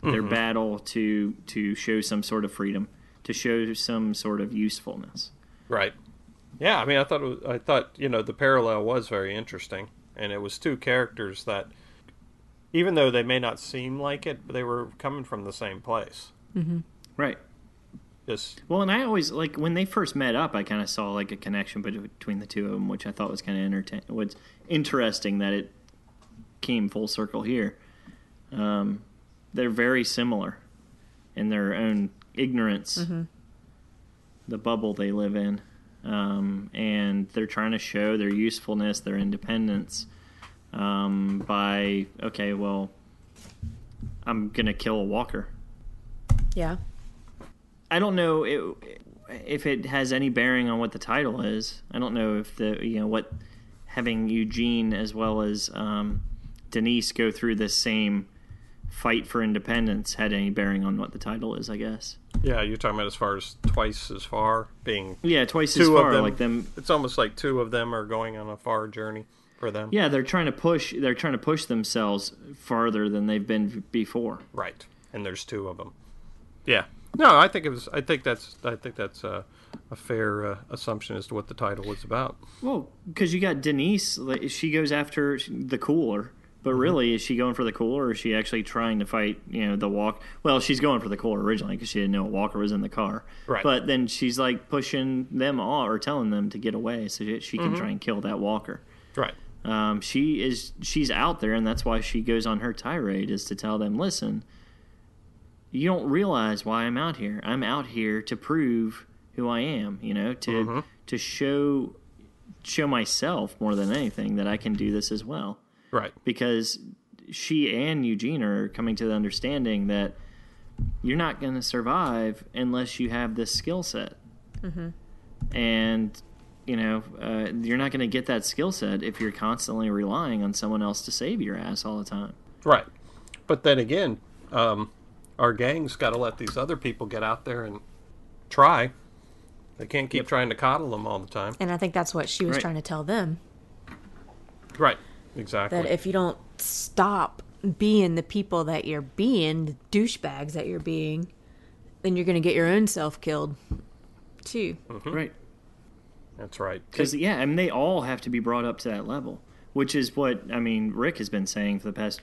E: Their battle to to show some sort of freedom, to show some sort of usefulness.
F: Right. Yeah, I mean, I thought it was, I thought you know the parallel was very interesting, and it was two characters that, even though they may not seem like it, but they were coming from the same place.
E: Right.
F: Just
E: Well, and I always like when they first met up, I kind of saw like a connection bet- between the two of them, which I thought was kind of entertain. Was interesting that it came full circle here. Um, they're very similar in their own ignorance, the bubble they live in, um, and they're trying to show their usefulness, their independence um, by okay, well, I'm gonna kill a walker.
D: Yeah.
E: I don't know it, if it has any bearing on what the title is. I don't know if the you know what having Eugene as well as um, Denise go through this same fight for independence had any bearing on what the title is. I guess.
F: yeah, you're talking about as far as twice as far being
E: Yeah, twice as
F: two
E: far.
F: of them.
E: Like them.
F: It's almost like two of them are going on a far journey for them.
E: Yeah, they're trying to push. They're trying to push themselves farther than they've been v- before.
F: Right. And there's two of them. Yeah. No, I think it was. I think that's. I think that's a, a fair uh, assumption as to what the title was about.
E: Well, because you got Denise, like, she goes after the cooler, but really, is she going for the cooler, or is she actually trying to fight? You know, the walk. Well, she's going for the cooler originally because she didn't know Walker was in the car.
F: Right.
E: But then she's like pushing them all or telling them to get away so that she can try and kill that Walker.
F: Right.
E: Um, she is she's out there, and that's why she goes on her tirade is to tell them, listen, you don't realize why I'm out here. I'm out here to prove who I am. You know, to to show show myself more than anything that I can do this as well
F: Right.
E: because she and Eugene are coming to the understanding that you're not going to survive unless you have this skill set. And, you know, uh, you're not going to get that skill set if you're constantly relying on someone else to save your ass all the time.
F: Right. But then again, um, our gang's got to let these other people get out there and try. They can't keep trying to coddle them all the time.
D: And I think that's what she was
E: Right.
D: trying to tell them
F: Right.
D: that
F: Exactly.
D: if you don't stop being the people that you're being, the douchebags that you're being, then you're going to get your own self killed too.
F: Hmm.
E: Right.
F: That's right.
E: Because, yeah, I mean, they all have to be brought up to that level, which is what, I mean, Rick has been saying for the past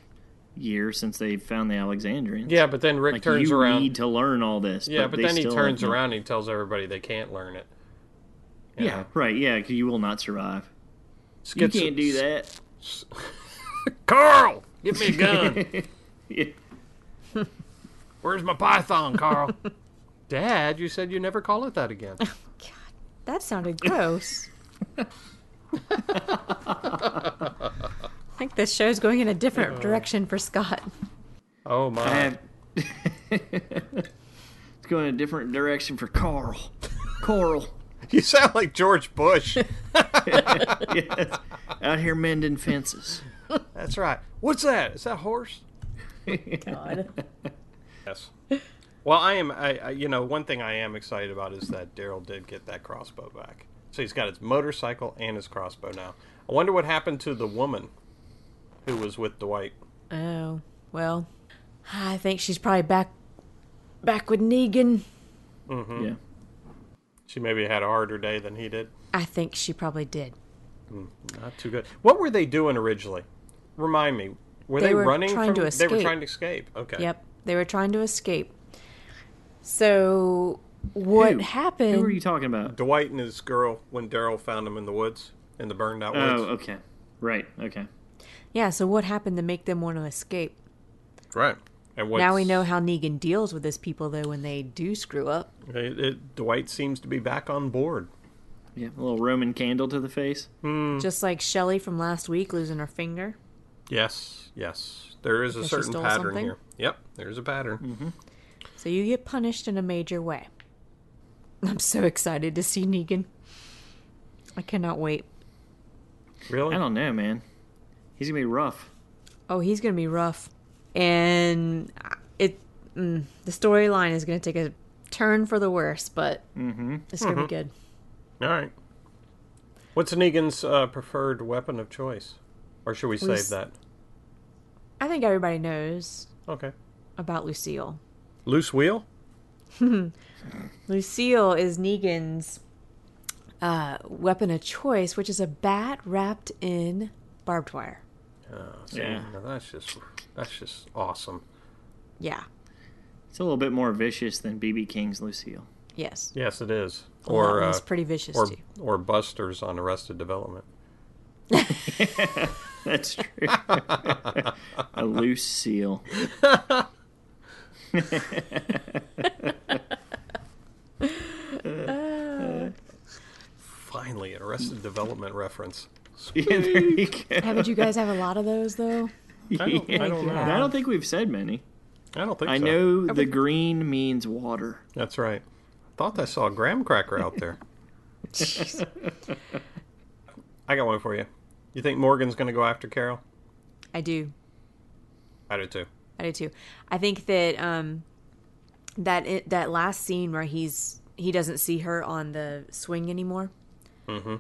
E: year since they found the Alexandrians.
F: Yeah, but then Rick
E: Like,
F: turns
E: you
F: around.
E: need to learn all this.
F: yeah, but
E: they
F: then he
E: still
F: turns
E: haven't.
F: around and he tells everybody they can't learn it.
E: Yeah, right. Yeah, 'cause you will not survive.
F: Schizo-
E: you can't do that.
F: Carl, give
E: [LAUGHS]
F: me a gun.
E: Yeah.
F: Where's my python, Carl? Dad, you said you never call it
E: [LAUGHS]
F: that again.
D: That sounded gross. I think this show's going in a different direction for Scott.
F: Oh my!
E: I have. [LAUGHS] it's going a different direction for Carl. [LAUGHS] Carl.
F: You sound like George
E: [LAUGHS]
F: Bush.
E: yes. Out here mending fences.
F: That's right. What's that? Is that horse?
E: [LAUGHS]
F: Yes. Well, I am. I, I you know one thing I am excited about is that Daryl did get that crossbow back. So he's got his motorcycle and his crossbow now. I wonder what happened to the woman who was with Dwight.
D: [LAUGHS] Oh, well, I think she's probably back back with Negan.
E: Yeah.
F: She maybe had a harder day than he did.
D: I think she probably did.
F: Not too good. What were they doing originally? Remind me. Were
D: They
F: they,
D: were
F: running?
D: trying
F: from,
D: to
F: They were
D: escape.
F: trying to escape. Okay.
D: Yep, they were trying to escape. So what
E: Who?
D: happened?
E: Who are you talking about?
F: Dwight and his girl when Daryl found him in the woods in the burned out
E: Oh,
F: woods.
E: okay. Right. Okay.
D: yeah, so what happened to make them want to escape?
F: Right. And
D: now we
F: what's-
D: know how Negan deals with his people though when they do screw up.
F: It, it, Dwight seems to be back on board.
E: Yeah, a little Roman candle to the face.
D: Just like Shelly from last week losing her finger.
F: Yes, yes. There is a
D: Because she
F: certain
D: stole
F: pattern
D: something?
F: here. Yep, there's a pattern.
E: Mm-hmm.
D: So you get punished in a major way. [LAUGHS] I'm so excited to see Negan. I cannot wait.
F: Really?
E: I don't know, man. He's gonna be rough.
D: Oh, he's going to be rough. And it mm, the storyline is going to take a turn for the worse, but
F: Mm-hmm.
D: it's going to be good.
F: All right. What's Negan's uh, preferred weapon of choice? Or should we save
D: s-
F: that?
D: I think everybody knows
F: Okay.
D: about Lucille.
F: Loose wheel?
D: Lucille is Negan's uh, weapon of choice, which is a bat wrapped in barbed wire.
F: See,
E: Yeah.
F: now that's just that's just awesome.
D: Yeah.
E: It's a little bit more vicious than BB King's Lucille. [LAUGHS]
D: Yes.
F: Yes, it is.
D: Oh, that
F: or
D: one's
F: uh,
D: pretty vicious
F: or
D: too.
F: or Buster's on Arrested Development.
E: That's [LAUGHS] true. a loose seal.
F: Finally, an Arrested Development
E: [LAUGHS]
F: reference.
E: Yeah, there you go.
D: Haven't you guys have a lot of those though?
F: I don't, I don't know.
E: I don't think we've said many.
F: I don't think
E: Oh I
F: so.
E: know the green means water.
F: That's right. Thought I saw a graham cracker
E: [LAUGHS]
F: out there. I got one for you. You think Morgan's going to go after Carol?
D: I do.
F: I do too.
D: I do too. I think that um, that it, that last scene where he's he doesn't see her on the swing anymore. Mm-hmm.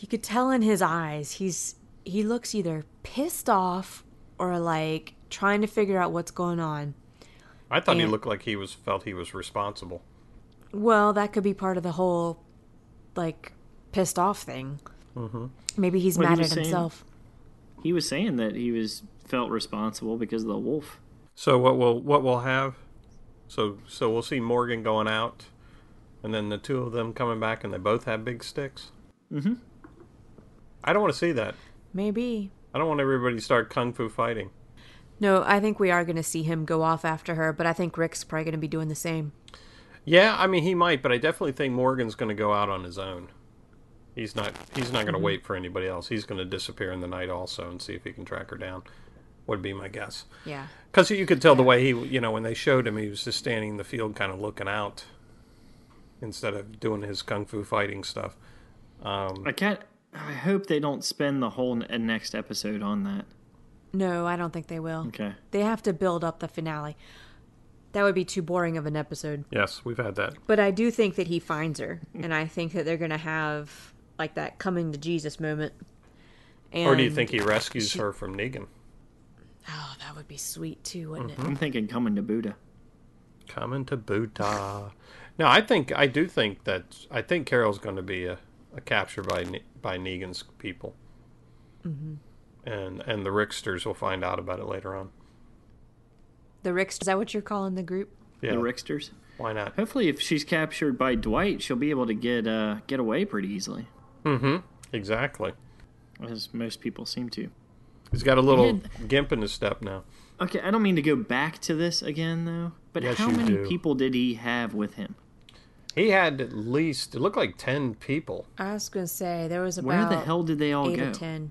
D: You could tell in his eyes he's he looks either pissed off or like trying to figure out what's going on.
F: I thought he
D: And-
F: looked like he was felt he was responsible.
D: Well, that could be part of the whole like pissed off thing. Mm-hmm. Maybe he's
E: Well, he
D: mad
E: was
D: at
E: saying-
D: himself.
E: He was saying that he was felt responsible because of the wolf.
F: So what we'll what we'll have, so so we'll see Morgan going out, and then the two of them coming back, and they both have big sticks. Mm-hmm. I don't want to see that.
D: Maybe.
F: I don't want everybody to start kung fu fighting.
D: No, I think we are going to see him go off after her, but I think Rick's probably going to be doing the same.
F: Yeah, I mean he might, but I definitely think Morgan's going to go out on his own. He's not. He's not going to wait for anybody else. He's going to disappear in the night also and see if he can track her down. Would be my guess.
D: Yeah.
F: Because you could tell the way he, you know, when they showed him, he was just standing in the field, kind of looking out, instead of doing his kung fu fighting stuff.
E: I can't. I hope they don't spend the whole n- next episode on that.
D: No, I don't think they will.
E: Okay.
D: They have to build up the finale. That would be too boring of an episode.
F: Yes, we've had that.
D: But I do think that he finds her,
F: Hmm.
D: and I think that they're going to have like that coming to Jesus moment. And,
F: Or do you think he rescues her from Negan?
D: Oh, that would be sweet too, wouldn't
F: Mm-hmm.
D: it?
E: I'm thinking coming to Buddha.
F: Coming to Buddha. [LAUGHS] No, I think I do think that I think Carol's going to be a, a capture by Ne- by Negan's people,
D: Mm-hmm.
F: and and the Ricksters will find out about it later on.
D: The Rickster. Is that what you're calling the group?
F: Yeah,
E: The Ricksters.
F: why not?
E: Hopefully, if she's captured by Dwight, she'll be able to get uh, get away pretty easily,
F: Mm-hmm. Exactly.
E: as most people seem to.
F: He's got a little gimp in his step now.
E: Okay, I don't mean to go back to this again though, but
F: Yes,
E: how
F: you
E: many
F: do.
E: people did he have with him?
F: He had at least it looked like ten people.
D: I was going to say there was about
E: Where the hell did they all
D: eight
E: go?
D: or ten.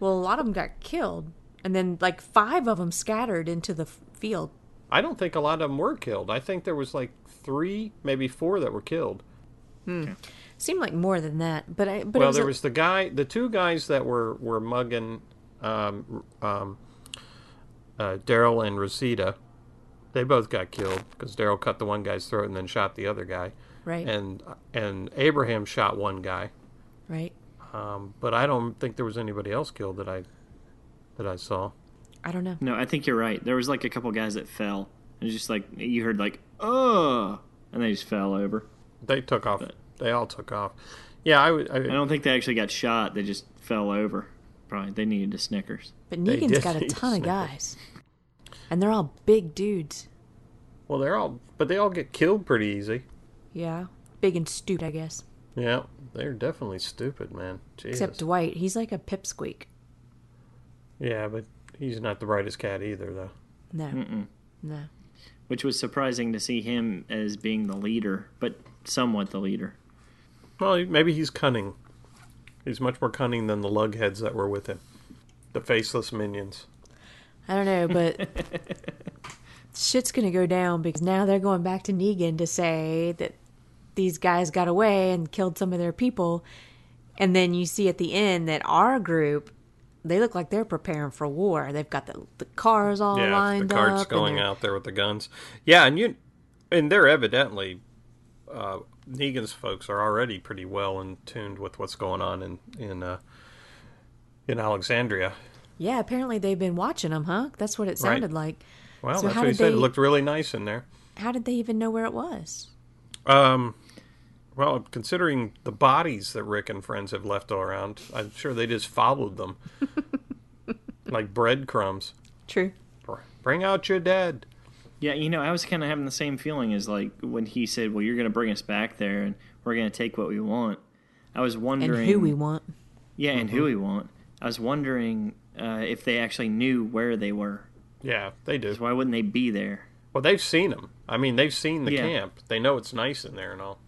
D: Well, a lot of them got killed, and then like five of them scattered into the f- field.
F: I don't think a lot of them were killed. I think there was like three, maybe four that were killed.
D: Seemed like more than that, but I, but it
F: well,
D: was
F: there
D: a-
F: was the guy, the two guys that were were mugging um, um, uh, Daryl and Rosita. They both got killed because Daryl cut the one guy's throat and then shot the other guy.
D: right,
F: And and Abraham shot one guy,
D: right.
F: um, but I don't think there was anybody else killed that I that I saw.
D: I don't know.
E: No, I think you're right. There was like a couple guys that fell, and it's just like you heard like oh, and they just fell over.
F: They took off. They all took off. Yeah, I, would-
E: I don't think they actually got shot. They just fell over. Probably they needed a Snickers.
D: But Negan's
F: did
D: got a
F: [LAUGHS] need
D: ton of
F: Snickers.
D: guys, and they're all big dudes.
F: Well, they're all, but they all get killed pretty easy.
D: Yeah, big and stupid, I guess.
F: Yeah, they're definitely stupid, man.
D: Except
F: Jesus.
D: Dwight, he's like a pipsqueak.
F: yeah, but he's not the brightest cat either, though.
D: No, no.
E: which was surprising to see him as being the leader, but somewhat the leader.
F: Well, maybe he's cunning. He's much more cunning than the lugheads that were with him, the faceless minions.
D: I don't know,
F: [LAUGHS]
D: but shit's gonna go down because now they're going back to Negan to say that these guys got away and killed some of their people, and then you see at the end that our group, they look like they're preparing for war. They've got the, the cars all
F: Yeah, the
D: lined
F: carts
D: up. and
F: going
D: they're-
F: out there with the guns. Yeah, and you, and they're evidently, uh, Negan's folks are already pretty well in tuned with what's going on in in uh, in Alexandria.
D: Yeah, apparently they've been watching them, huh? That's what it
F: Right.
D: sounded like.
F: Well,
D: So
F: that's
D: how
F: what he
D: did
F: said.
D: they-
F: It looked really nice in there.
D: How did they even know where it was?
F: Um, well, considering the bodies that Rick and friends have left all around, I'm sure they just
E: [LAUGHS]
F: followed them like breadcrumbs.
D: True.
F: Br- Bring out your dead.
E: Yeah, you know, I was kind of having the same feeling as like when he said, "Well, you're going to bring us back there, and we're going to take what we want." I was
D: And
E: wondering
D: who we want.
E: Yeah, and who we want. I was wondering uh, if they actually knew where they were.
F: Yeah, they do.
E: 'Cause Why wouldn't they be there?
F: Well, they've seen them. I mean, they've seen the
E: Yeah.
F: camp. They know it's nice in there and all.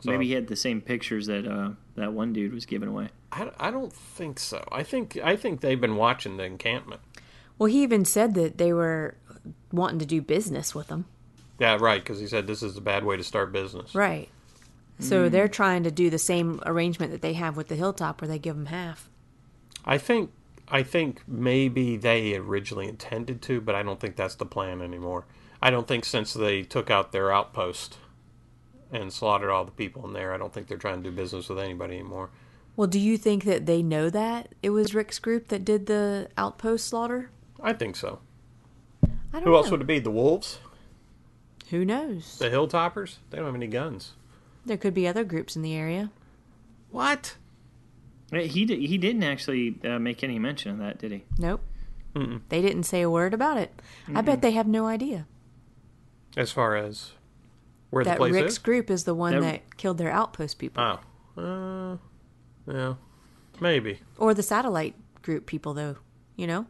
F: So,
E: Maybe he had the same pictures that uh, that one dude was giving away.
F: I, I don't think so. I think I think they've been watching the encampment.
D: Well, he even said that they were wanting to do business with them.
F: Yeah, right. Because he said this is a bad way to start business.
D: Right. So
F: Mm.
D: they're trying to do the same arrangement that they have with the hilltop where they give them half.
F: I think I think maybe they originally intended to, but I don't think that's the plan anymore. I don't think since they took out their outpost and slaughtered all the people in there, I don't think they're trying to do business with anybody anymore.
D: Well, do you think that they know that it was Rick's group that did the outpost slaughter?
F: I think so.
D: I don't
F: Who
D: know.
F: else would it be? The wolves?
D: Who knows?
F: The hilltoppers? They don't have any guns.
D: There could be other groups in the area.
F: What?
E: Uh, He di- he didn't actually uh, make any mention of that, did he?
D: Nope. They didn't say a word about it. I bet they have no idea
F: As far as where the
D: that
F: place
D: Rick's
F: is?
D: group is the one
E: That-
D: that, killed their outpost people
F: Oh. Uh, yeah. Maybe.
D: or the satellite group people, though. You know,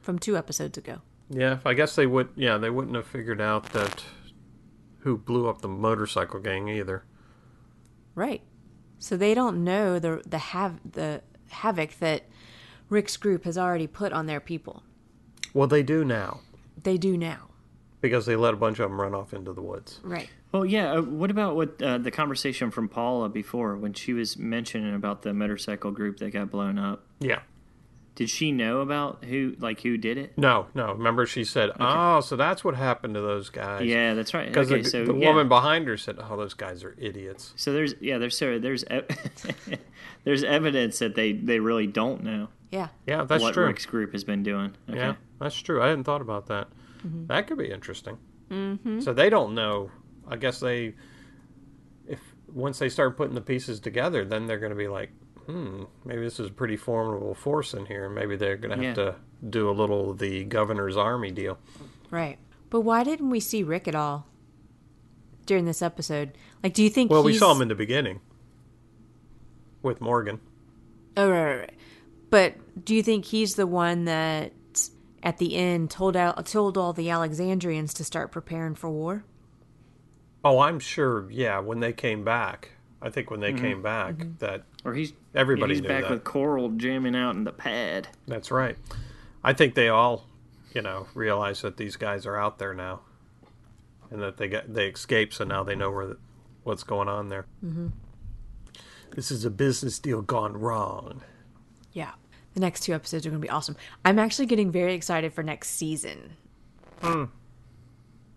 D: from two episodes ago.
F: Yeah, I guess they would yeah, they wouldn't have figured out that who blew up the motorcycle gang either.
D: Right. So they don't know the the hav- the havoc that Rick's group has already put on their people.
F: Well, they do now
D: They do now.
F: because they let a bunch of them run off into the woods.
D: Right.
E: Well, yeah. Uh, what about what uh, the conversation from Paula before when she was mentioning about the motorcycle group that got blown up?
F: Yeah.
E: Did she know about who like who did it?
F: No, no. Remember, she said, "Oh, so that's what happened to those guys."
E: Yeah, that's right.
F: Because
E: Okay,
F: the,
E: so
F: the
E: yeah.
F: woman behind her said, "Oh, those guys are idiots."
E: So there's yeah there's so there's ev- [LAUGHS] there's evidence that they they really don't know
D: Yeah.
F: Yeah, that's
E: what
F: true.
E: Rick's group has been doing. Okay.
F: Yeah, that's true. I hadn't thought about that. That could be interesting. Mm-hmm. So they don't know. I guess they, if once they start putting the pieces together, then they're going to be like, "Hmm, maybe this is a pretty formidable force in here. Maybe they're going to
E: Yeah.
F: have to do a little of the governor's army deal."
D: Right. But why didn't we see Rick at all during this episode? Like, do you think?
F: Well, we
D: he's-
F: saw him in the beginning with Morgan.
D: Oh, right, right, right. But do you think he's the one that at the end told out told all the Alexandrians to start preparing for war?
F: Oh, I'm sure. Yeah, when they came back, I think when
D: Mm-hmm.
F: they came back, that
E: Or he's
F: Everybody
E: He's
F: knew
E: back
F: that.
E: with Coral jamming out in the pad.
F: that's right. I think they all, you know, realize that these guys are out there now, and that they got they escaped, so now they know where the, what's going on there. Mm-hmm. This is a business deal gone wrong.
D: Yeah. The next two episodes are going to be awesome. I'm actually getting very excited for next season.
F: Hmm.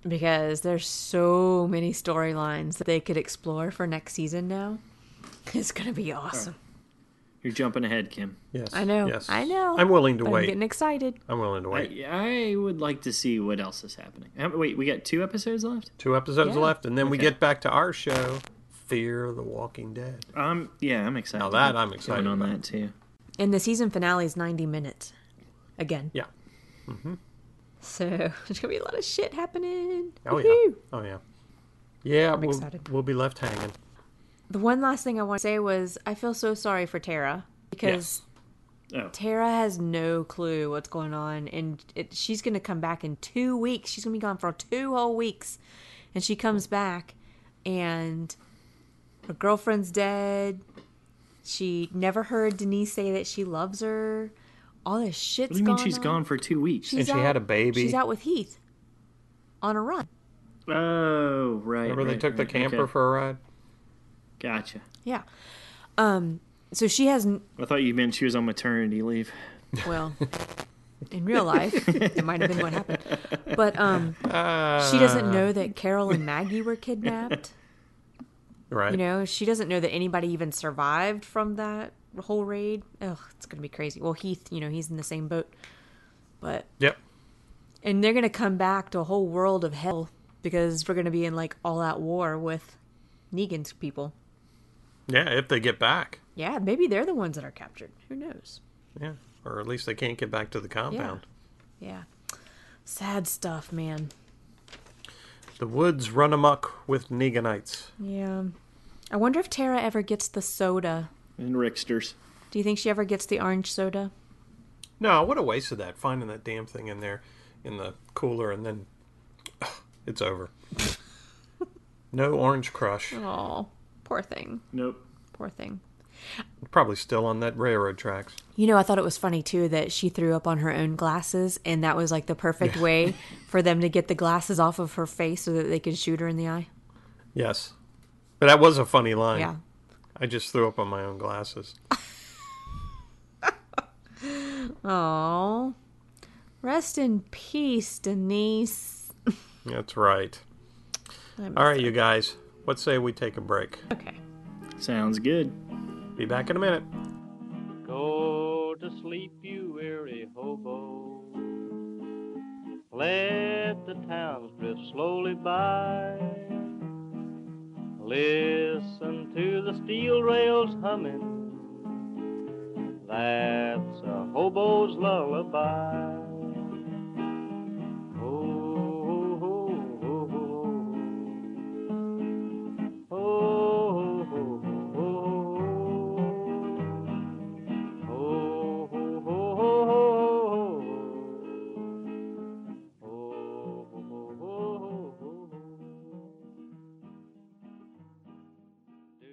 D: Because there's so many storylines that they could explore for next season now. [LAUGHS] It's going to be awesome.
E: You're jumping ahead, Kim.
F: Yes,
D: I know.
F: Yes,
D: I know.
F: I'm willing to
D: But I'm
F: wait.
D: getting excited.
F: I'm willing to wait.
E: I, I would like to see what else is happening. How- Wait, we got two episodes left.
F: Two episodes
D: Yeah.
F: left, and then we
E: Okay.
F: get back to our show, Fear the Walking Dead.
E: Um, yeah, I'm excited.
F: Now that
E: about
F: I'm excited
E: going on that
F: about.
E: too.
D: And the season finale is 90 minutes. Again.
F: Yeah.
D: So [LAUGHS] there's going to be a lot of shit happening.
F: Oh yeah.
D: Woohoo.
F: Oh yeah. Yeah, we'll,
D: excited.
F: we'll be left hanging.
D: The one last thing I want to say was I feel so sorry for Tara because
E: Oh.
D: Tara has no clue what's going on, and it, she's going to come back in two weeks. She's going to be gone for two whole weeks, and she comes back, and her girlfriend's dead. She never heard Denise say that she loves her. All this shit's
E: What do you mean
D: gone
E: she's
D: on.
E: gone for two weeks?
D: She's
F: And she had a baby.
D: She's out with Heath on a run.
E: oh, right.
F: Remember they
E: right,
F: took the
E: right,
F: camper
E: okay.
F: for a ride?
E: Gotcha.
D: Yeah. Um. So she has, n-
E: I thought you meant she was on maternity leave.
D: well, in real life, it might have been what happened, but um, she doesn't know that Carol and Maggie were kidnapped.
F: Right.
D: You know, she doesn't know that anybody even survived from that whole raid. Ugh, it's gonna be crazy. Well, Heath, you know, he's in the same boat, but
F: Yep.
D: and they're gonna come back to a whole world of hell because we're gonna be in like all out war with Negan's people.
F: Yeah, if they get back.
D: Yeah, maybe they're the ones that are captured. Who knows?
F: Yeah. Or at least they can't get back to the compound.
D: Yeah, sad stuff, man.
F: The woods run amok with Neganites.
D: Yeah, I wonder if Tara ever gets the soda.
E: And Ricksters.
D: Do you think she ever gets the orange soda?
F: No, what a waste of that, finding that damn thing in there in the cooler and then [SIGHS]
D: [LAUGHS]
F: it's over. no orange crush.
D: Oh, poor thing.
E: Nope.
D: Poor thing.
F: Probably still on that railroad tracks.
D: You know, I thought it was funny too that she threw up on her own glasses, and that was like the perfect way for them to get the glasses off of her face so that they could shoot her in the eye.
F: Yes. But that was a funny line.
D: Yeah.
F: I just threw up on my own glasses.
D: Oh, rest in peace, Denise.
F: That's right. All right, you guys. What say we take a break?
D: Okay.
E: Sounds good.
F: Be back in a minute.
G: Go to sleep, you weary hobo. Let the towns drift slowly by. Listen to the steel rails humming. That's a hobo's lullaby. Oh, oh, oh, oh, oh. Oh, oh, oh, oh, oh. Oh, oh, oh, oh, oh, oh. Oh, oh, oh, oh, oh. Do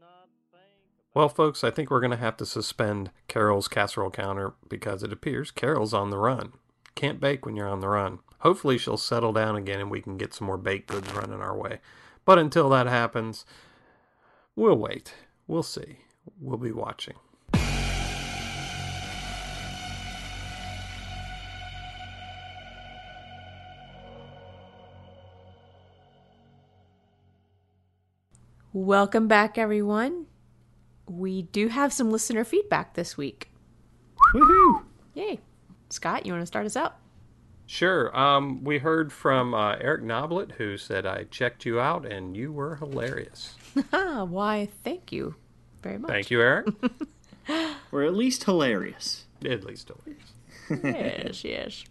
G: not think
F: Well, folks, I think we're going to have to suspend Carol's casserole counter because it appears Carol's on the run. Can't bake when you're on the run. Hopefully, she'll settle down again and we can get some more baked goods running our way. But until that happens, we'll wait. We'll see. We'll be watching.
D: Welcome back, everyone. We do have some listener feedback this week.
E: Woohoo!
D: Yay. Scott, you want to start us out?
F: Sure. Um, we heard from uh, Eric Noblet who said, I checked you out and you were hilarious.
D: Ah, why, thank you very much.
F: Thank you, Eric.
E: Or at least hilarious.
F: At least hilarious.
D: yes, yes.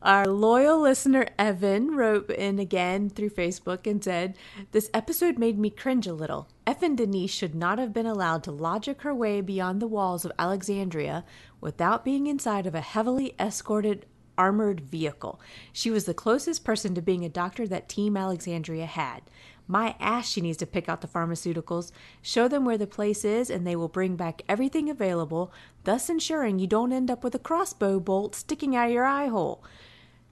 D: Our loyal listener Evan wrote in again through Facebook and said, This episode made me cringe a little. Effin Denise should not have been allowed to logic her way beyond the walls of Alexandria without being inside of a heavily escorted armored vehicle. She was the closest person to being a doctor that Team Alexandria had. My ass, she needs to pick out the pharmaceuticals, show them where the place is, and they will bring back everything available, thus ensuring you don't end up with a crossbow bolt sticking out of your eye hole.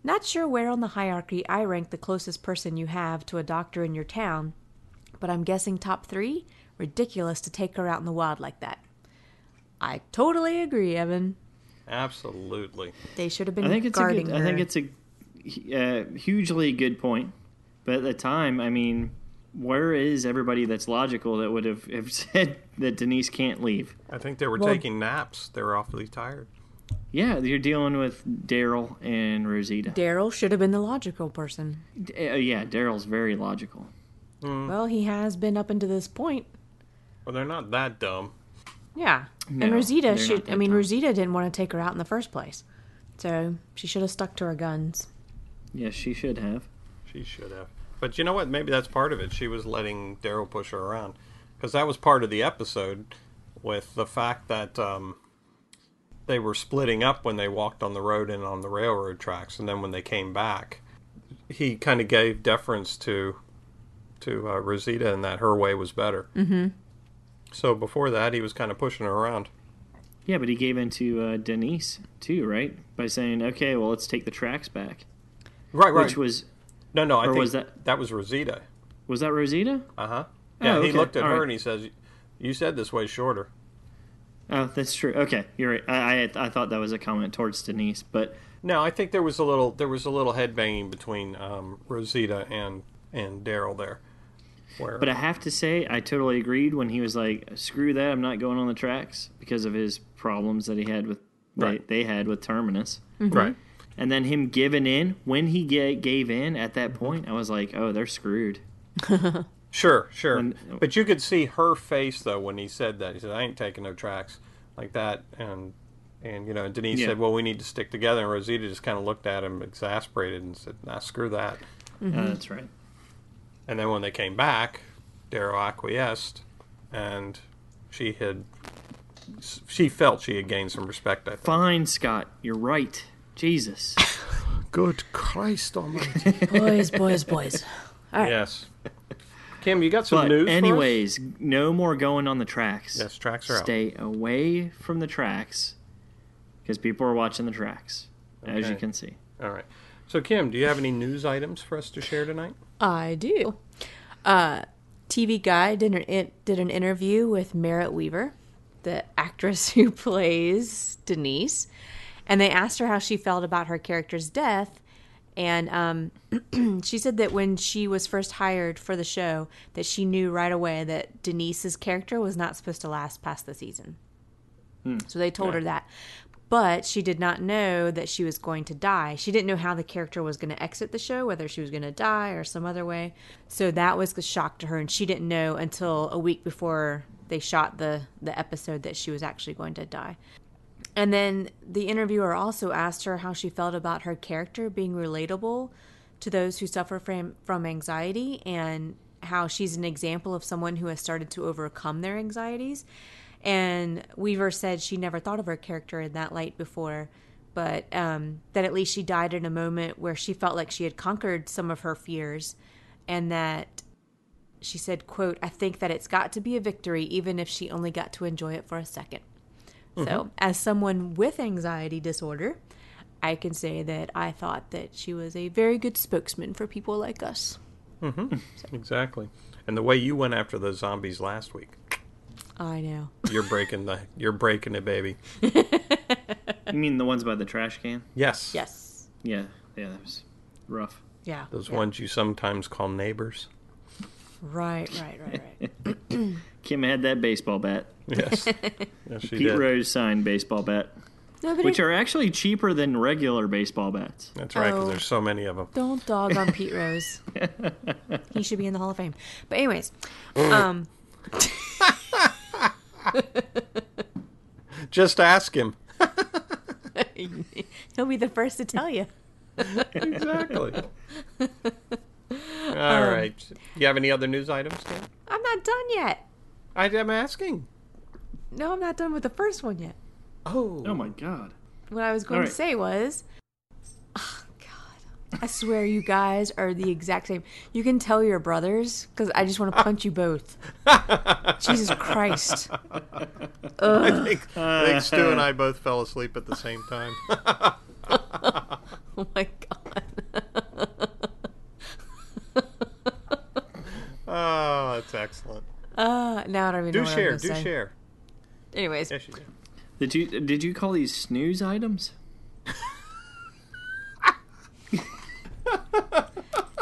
D: Not sure where on the hierarchy I rank the closest person you have to a doctor in your town, but I'm guessing top three? Ridiculous to take her out in the wild like that. I totally agree, Evan.
F: Absolutely.
D: They should have
E: I
D: been
E: think it's a
D: guarding
E: good,
D: her.
E: I think it's a uh, hugely good point. But at the time, I mean, where is everybody that's logical that would have, have [LAUGHS] said that Denise can't leave?
F: I think they were
D: Well-
F: taking naps. They were awfully tired.
E: Yeah, you're dealing with Daryl and Rosita.
D: Daryl should have been the logical person.
E: D- uh, yeah, Daryl's very logical.
D: Well, he has been up until this point.
F: Well, they're not that dumb.
D: Yeah. and
E: No,
D: Rosita
E: they're not
D: should I
E: that
D: mean
E: dumb.
D: Rosita didn't want to take her out in the first place. So she should have stuck to her
E: [LAUGHS]
D: guns.
E: Yes, she should have.
F: She should have. But you know what? Maybe that's part of it. She was letting Daryl push her around because that was part of the episode with the fact that um, they were splitting up when they walked on the road and on the railroad tracks, and then when they came back, he kind of gave deference to to uh, Rosita and that her way was better. Mm-hmm. So before that, he was kind of pushing her around.
E: Yeah, but he gave in to uh, Denise too, right? By saying, "Okay, well, let's take the tracks back,"
F: Right, right.
E: which was
F: no, no. I
E: or
F: think
E: was that-
F: was Rosita.
E: was that Rosita?
F: Uh huh. Yeah, he
E: okay.
F: looked at
E: All
F: her
E: right.
F: and he says, "You said this way shorter."
E: Oh, that's true. Okay, you're right. I, I I thought that was a comment towards Denise, but
F: No, I think there was a little there was a little headbanging between um, Rosita and and Daryl there. Where
E: but I have to say I totally agreed when he was like, "Screw that, I'm not going on the tracks" because of his problems that he had with
F: Right.
E: they, they had with Terminus,
F: right.
E: and then him giving in when he ga- gave in at that point, I was like, "Oh, they're screwed."
F: Sure, sure.
E: When-
F: but you could see her face though when he said that. He said, "I ain't taking no tracks like that." And and you know, Denise
E: Yeah.
F: said, "Well, we need to stick together." And Rosita just kind of looked at him exasperated and said, "Nah, screw that."
D: Mm-hmm.
E: Uh, that's right.
F: And then when they came back, Darrow acquiesced, and she had she felt she had gained some respect. I think.
E: Fine, Scott, you're right. Jesus.
F: Good Christ Almighty.
D: Boys, boys, boys.
F: Yes. [LAUGHS] Kim, you got [LAUGHS] some
E: But
F: news? for us?
E: anyways, no more going on the tracks.
F: yes, tracks are
E: Stay away from the tracks because people are watching the tracks, as you
F: Okay.
E: can see.
F: out. All right. So, Kim, do you have any news items for us to share tonight?
D: I do. Uh, TV Guy did an in, did an interview with Merritt Weaver, the actress [LAUGHS] who plays Denise, and they asked her how she felt about her character's death, and um, [CLEARS THROAT] she said that when she was first hired for the show, that she knew right away that Denise's character was not supposed to last past the season. So they told her that. But she did not know that she was going to die. She didn't know how the character was going to exit the show, whether she was going to die or some other way. So that was a shock to her, and she didn't know until a week before they shot the the episode that she was actually going to die. And then the interviewer also asked her how she felt about her character being relatable to those who suffer from, from anxiety and how she's an example of someone who has started to overcome their anxieties. And Weaver said she never thought of her character in that light before, but um, that at least she died in a moment where she felt like she had conquered some of her fears and that she said quote i think that it's got to be a victory even if she only got to enjoy it for a 2nd so, as someone with anxiety disorder, I can say that I thought that she was a very good spokesman for people like us.
F: Exactly. And the way you went after those zombies last week,
D: I know.
F: you're breaking the [LAUGHS] you're breaking it, baby.
E: You mean the ones by the trash can?
F: Yes.
D: Yes.
E: Yeah, yeah, that was rough.
D: [LAUGHS] Yeah.
F: Those ones you sometimes call neighbors.
D: Right, right, right,
E: [LAUGHS]
D: right.
E: Kim had that baseball bat.
D: [LAUGHS]
F: Yes. yes, she
E: Pete
F: did.
E: Rose signed baseball bat,
D: Nobody
E: which are actually cheaper than regular baseball bats.
F: That's right, because
D: Oh.
F: there's so many of them.
D: don't dog on Pete
E: [LAUGHS]
D: Rose. he should be in the Hall of Fame. But anyways,
E: Oh.
D: um,
F: Just ask him.
D: [LAUGHS] he'll be the first to tell you.
F: [LAUGHS] Exactly. Um, All right. Do you have any other news items, Kim?
D: I'm not done yet.
F: I am asking.
D: No, I'm not done with the first one yet.
F: Oh.
E: Oh my god.
D: what I was going to
E: Alright.
D: say was, oh, God, I swear you guys are the exact same. You can tell your brothers because I just want to punch you
F: [LAUGHS]
D: both. Jesus Christ. [LAUGHS] Uh,
F: I think, I think Stu and I both fell asleep at the same time. [LAUGHS]
D: Oh, my God.
F: oh, that's excellent.
D: Uh, now I don't even know
F: Do
D: what I'm
F: share,
D: gonna
F: do
D: say.
F: share.
D: Anyways,
F: Yes, you do.
E: Did you did you call these snooze items?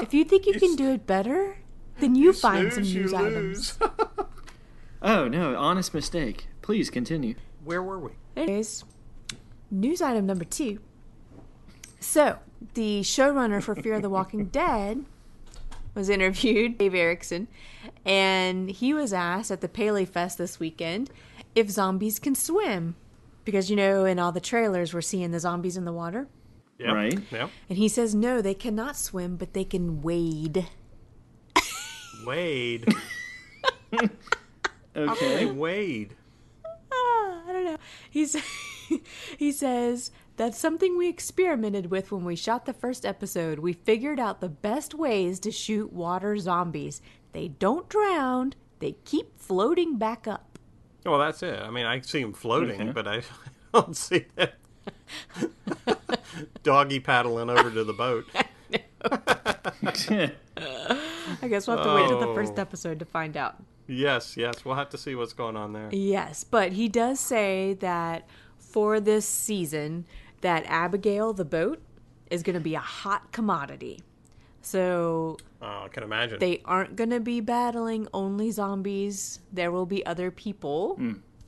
D: if you think you can do it better, then you, find some news
F: Snooze, you
D: items.
F: lose. [LAUGHS]
E: Oh no, honest mistake. Please continue.
F: Where were we?
D: Anyways, news item number two. So, the showrunner for Fear of the Walking Dead was interviewed, Dave Erickson, and he was asked at the Paley Fest this weekend if zombies can swim. Because, you know, in all the trailers, we're seeing the zombies in the water.
F: Yep.
E: Right?
F: Yep.
D: And he says, no, they cannot swim, but they can wade.
F: Wade.
E: Okay.
F: [LAUGHS] Hey, Wade.
D: Ah, I don't know. He's [LAUGHS] he says that's something we experimented with when we shot the first episode. We figured out the best ways to shoot water zombies. They don't drown, they keep floating back up.
F: Well, that's it. I mean, I see him floating,
E: Okay.
F: but I [LAUGHS] don't see that [LAUGHS] doggy paddling over to
D: [LAUGHS]
F: the boat.
E: [LAUGHS]
D: I guess we'll have to wait till the
F: Oh.
D: first episode to find out.
F: Yes, yes. We'll have to see what's going on there.
D: Yes, but he does say that for this season that Abigail the boat is going to be a hot commodity. So
F: Oh, I can imagine.
D: they aren't going to be battling only zombies. There will be other people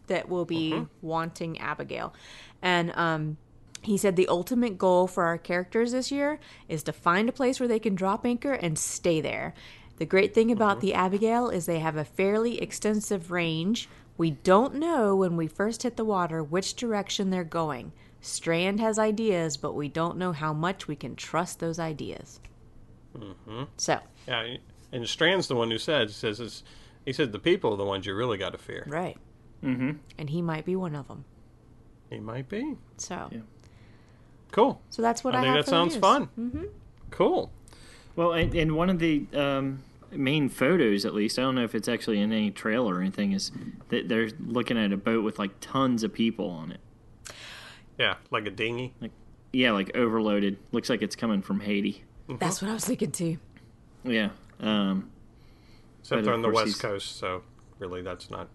D: that will be wanting Abigail. And um, he said the ultimate goal for our characters this year is to find a place where they can drop anchor and stay there. The great thing about the Abigail is they have a fairly extensive range. We don't know when we first hit the water which direction they're going. Strand has ideas, but we don't know how much we can trust those ideas. So,
F: yeah, and Strand's the one who said, says it's, he said the people are the ones you really got to fear.
D: Right. Mm-hmm. And he might be one of them.
F: He might be.
D: So,
F: Cool.
D: so that's what I,
F: I think
D: have
F: that
D: for the
F: sounds
D: news.
F: fun. Mm-hmm. Cool.
E: Well, and, and one of the um, main photos, at least, I don't know if it's actually in any trailer or anything, is that they're looking at a boat with like tons of people on it.
F: Yeah, like a dinghy.
E: Yeah, like overloaded. Looks like it's coming from Haiti.
D: That's what I was thinking too.
E: Yeah. Um, But
F: Except
E: of
F: they're on the
E: course
F: west
E: he's-
F: coast, so really that's not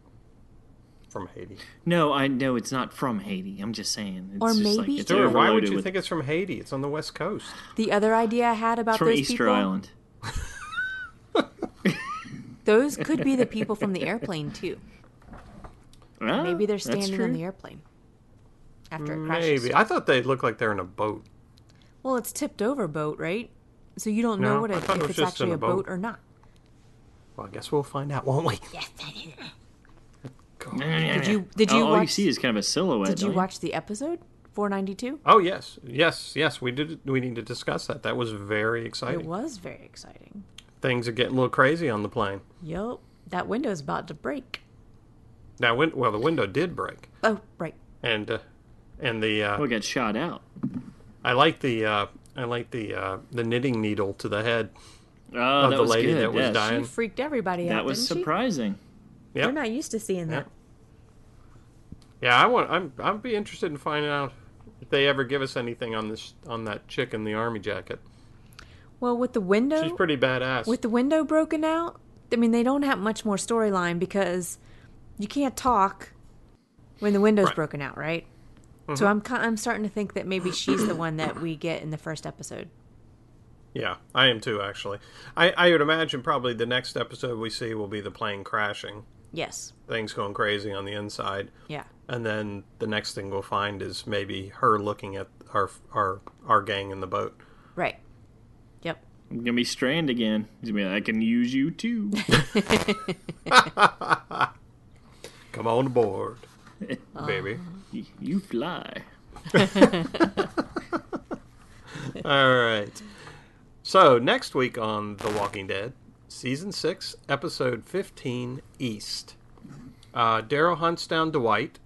F: from Haiti.
E: no, I know it's not from Haiti. I'm just saying. It's
D: Or
E: just
D: maybe-
E: Like, it's
F: Dude, why would
E: overloaded
F: you
E: with-
F: think it's from Haiti? It's on the west coast.
D: The other idea I had about
E: it's from
D: those
E: Easter
D: people,
E: Island?
D: those could
F: [LAUGHS]
D: be the people from the airplane too.
E: Ah,
D: Maybe they're
E: that's
D: standing on
E: true.
D: the airplane after it crashes.
F: Maybe. I thought they looked like they're in a boat.
D: Well, it's tipped over boat, right? So you don't know
F: No,
D: what
F: I
D: it,
F: thought it
D: if it's
F: was just
D: actually
F: in a
D: a boat.
F: boat.
D: or not.
F: Well, I guess we'll find out, won't we?
D: Did you did you
E: all, all
D: watch
E: you see is kind of a silhouette.
D: did you
E: don't
D: watch the episode 492?
F: Oh yes, yes, yes. We did. We need to discuss that. That was very
D: It
F: exciting.
D: was very exciting.
F: Things are getting a little crazy on the plane.
D: Yup, that window's about to break.
F: Now, when, well, the window did break,
D: Oh, right.
F: and uh, and the uh,
E: Well, Oh, it got shot out.
F: I like the uh, I like the uh, the knitting needle to the head.
E: Oh, that
F: the
E: was
F: lady
E: good.
F: that was
E: yes.
F: dying.
D: She freaked everybody out.
E: That was
D: didn't she?
E: surprising.
F: Yep.
D: We're not used to seeing that.
F: Yeah, I want. I'm. I'd be interested in finding out if they ever give us anything on this on that chick in the army jacket.
D: Well, with the window,
F: She's pretty badass.
D: with the window broken out, I mean they don't have much more storyline because you can't talk when the window's
F: Right. Mm-hmm.
D: broken out, right? So I'm ki- I'm starting to think that maybe she's the one that we get in the first episode.
F: yeah, I am too. Actually, I I would imagine probably the next episode we see will be the plane crashing,
D: Yes.
F: things going crazy on the inside.
D: Yeah.
F: And then the next thing we'll find is maybe her looking at our our our gang in the boat.
D: Right. Yep.
E: I'm gonna be stranded again. He's gonna be like, I can use you too.
F: Come
D: [LAUGHS]
F: on board, baby.
E: you fly.
F: [LAUGHS] All right. So next week on The Walking Dead, season six, episode fifteen, East. Uh, Daryl hunts down Dwight.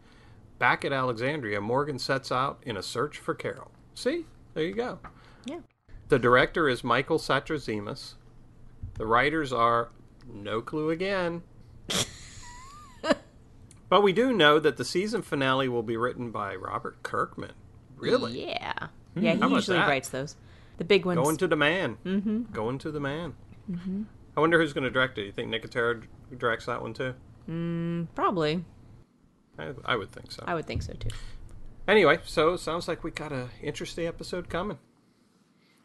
F: Back at Alexandria, Morgan sets out in a search for Carol. See, there you go.
D: Yeah.
F: The director is Michael Satrazimus. The writers are no
D: [LAUGHS]
F: clue again. but we do know that the season finale will be written by Robert Kirkman. Really? Hmm,
D: Yeah. Yeah. He
F: about
D: usually
F: that?
D: writes those, the big ones.
F: Going to the man. Mm-hmm. Going to the man. Mm-hmm. I wonder who's going to direct it. You think Nicotero d- directs that one too?
D: Probably.
F: I, I would think so.
D: I would think so too.
F: Anyway, so it sounds like we got a interesting episode coming. [LAUGHS]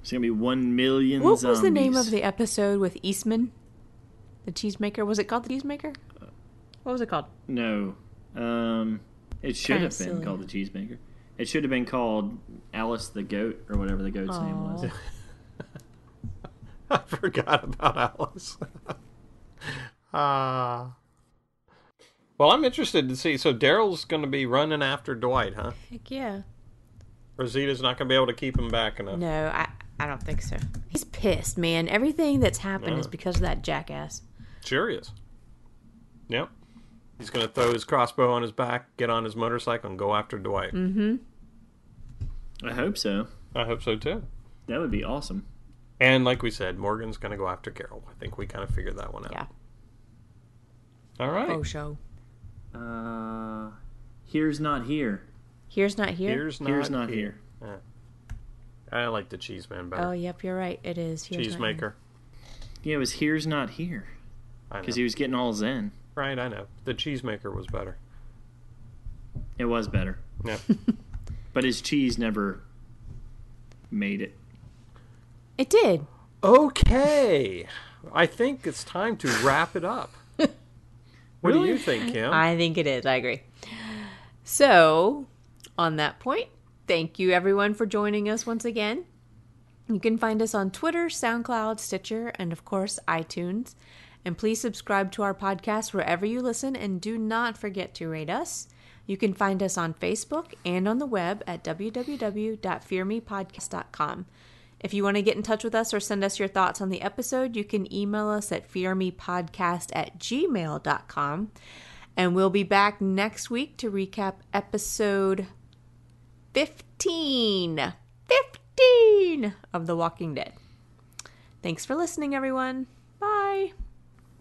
E: It's gonna be one million.
D: What
E: zombies.
D: was
F: um,
D: the name of the episode with Eastman, the cheesemaker? Was it called the cheesemaker? What was it called?
E: No, um, it should
D: Kinda
E: have been
D: silly.
E: called the cheesemaker. It should have been called Alice the goat or whatever the goat's name was.
F: I forgot about Alice. [LAUGHS] Ah. well, I'm interested to see. So Daryl's going to be running after Dwight, huh?
D: Heck yeah.
F: Rosita's not going to be able to keep him back enough.
D: No, I I don't think so. He's pissed, man. Everything that's happened is
F: Yeah.
D: because of that jackass.
F: Serious. Yep. He's going to throw his crossbow on his back, get on his motorcycle, and go after Dwight.
E: [LAUGHS]
D: Mm.
E: I hope so.
F: I hope so too.
E: That would be awesome.
F: And like we said, Morgan's going to go after Carol. I think we kind of figured that one out.
D: Yeah.
F: All right.
D: Oh, show.
E: Uh, here's not here.
D: Here's not here.
F: Here's not,
E: Here's not here.
F: I like the cheese man better.
D: Oh, yep, you're right. It is. Here's
F: cheese
D: not here.
F: maker.
E: Yeah, it was here's not here
F: I know.
E: because he was getting all zen.
F: Right, I know. The cheese maker was better.
E: It was better,
F: Yeah.
E: [LAUGHS] but his cheese never made it.
D: It did.
F: okay. I think it's time to wrap it
D: [LAUGHS]
F: up. What do you think, Kim?
D: I think it is. I agree. So, on that point, thank you everyone for joining us once again. You can find us on Twitter, SoundCloud, Stitcher, and of course, iTunes. And please subscribe to our podcast wherever you listen and do not forget to rate us. You can find us on Facebook and on the web at www.fearmepodcast.com. If you want to get in touch with us or send us your thoughts on the episode, you can email us at fearmepodcast at gmail.com. And we'll be back next week to recap episode 15. 15 of The Walking Dead. Thanks for listening, everyone. Bye.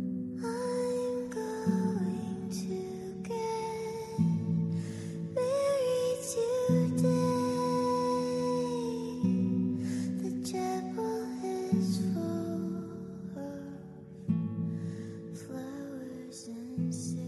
C: I'm going to get married today. The chapel is full of flowers and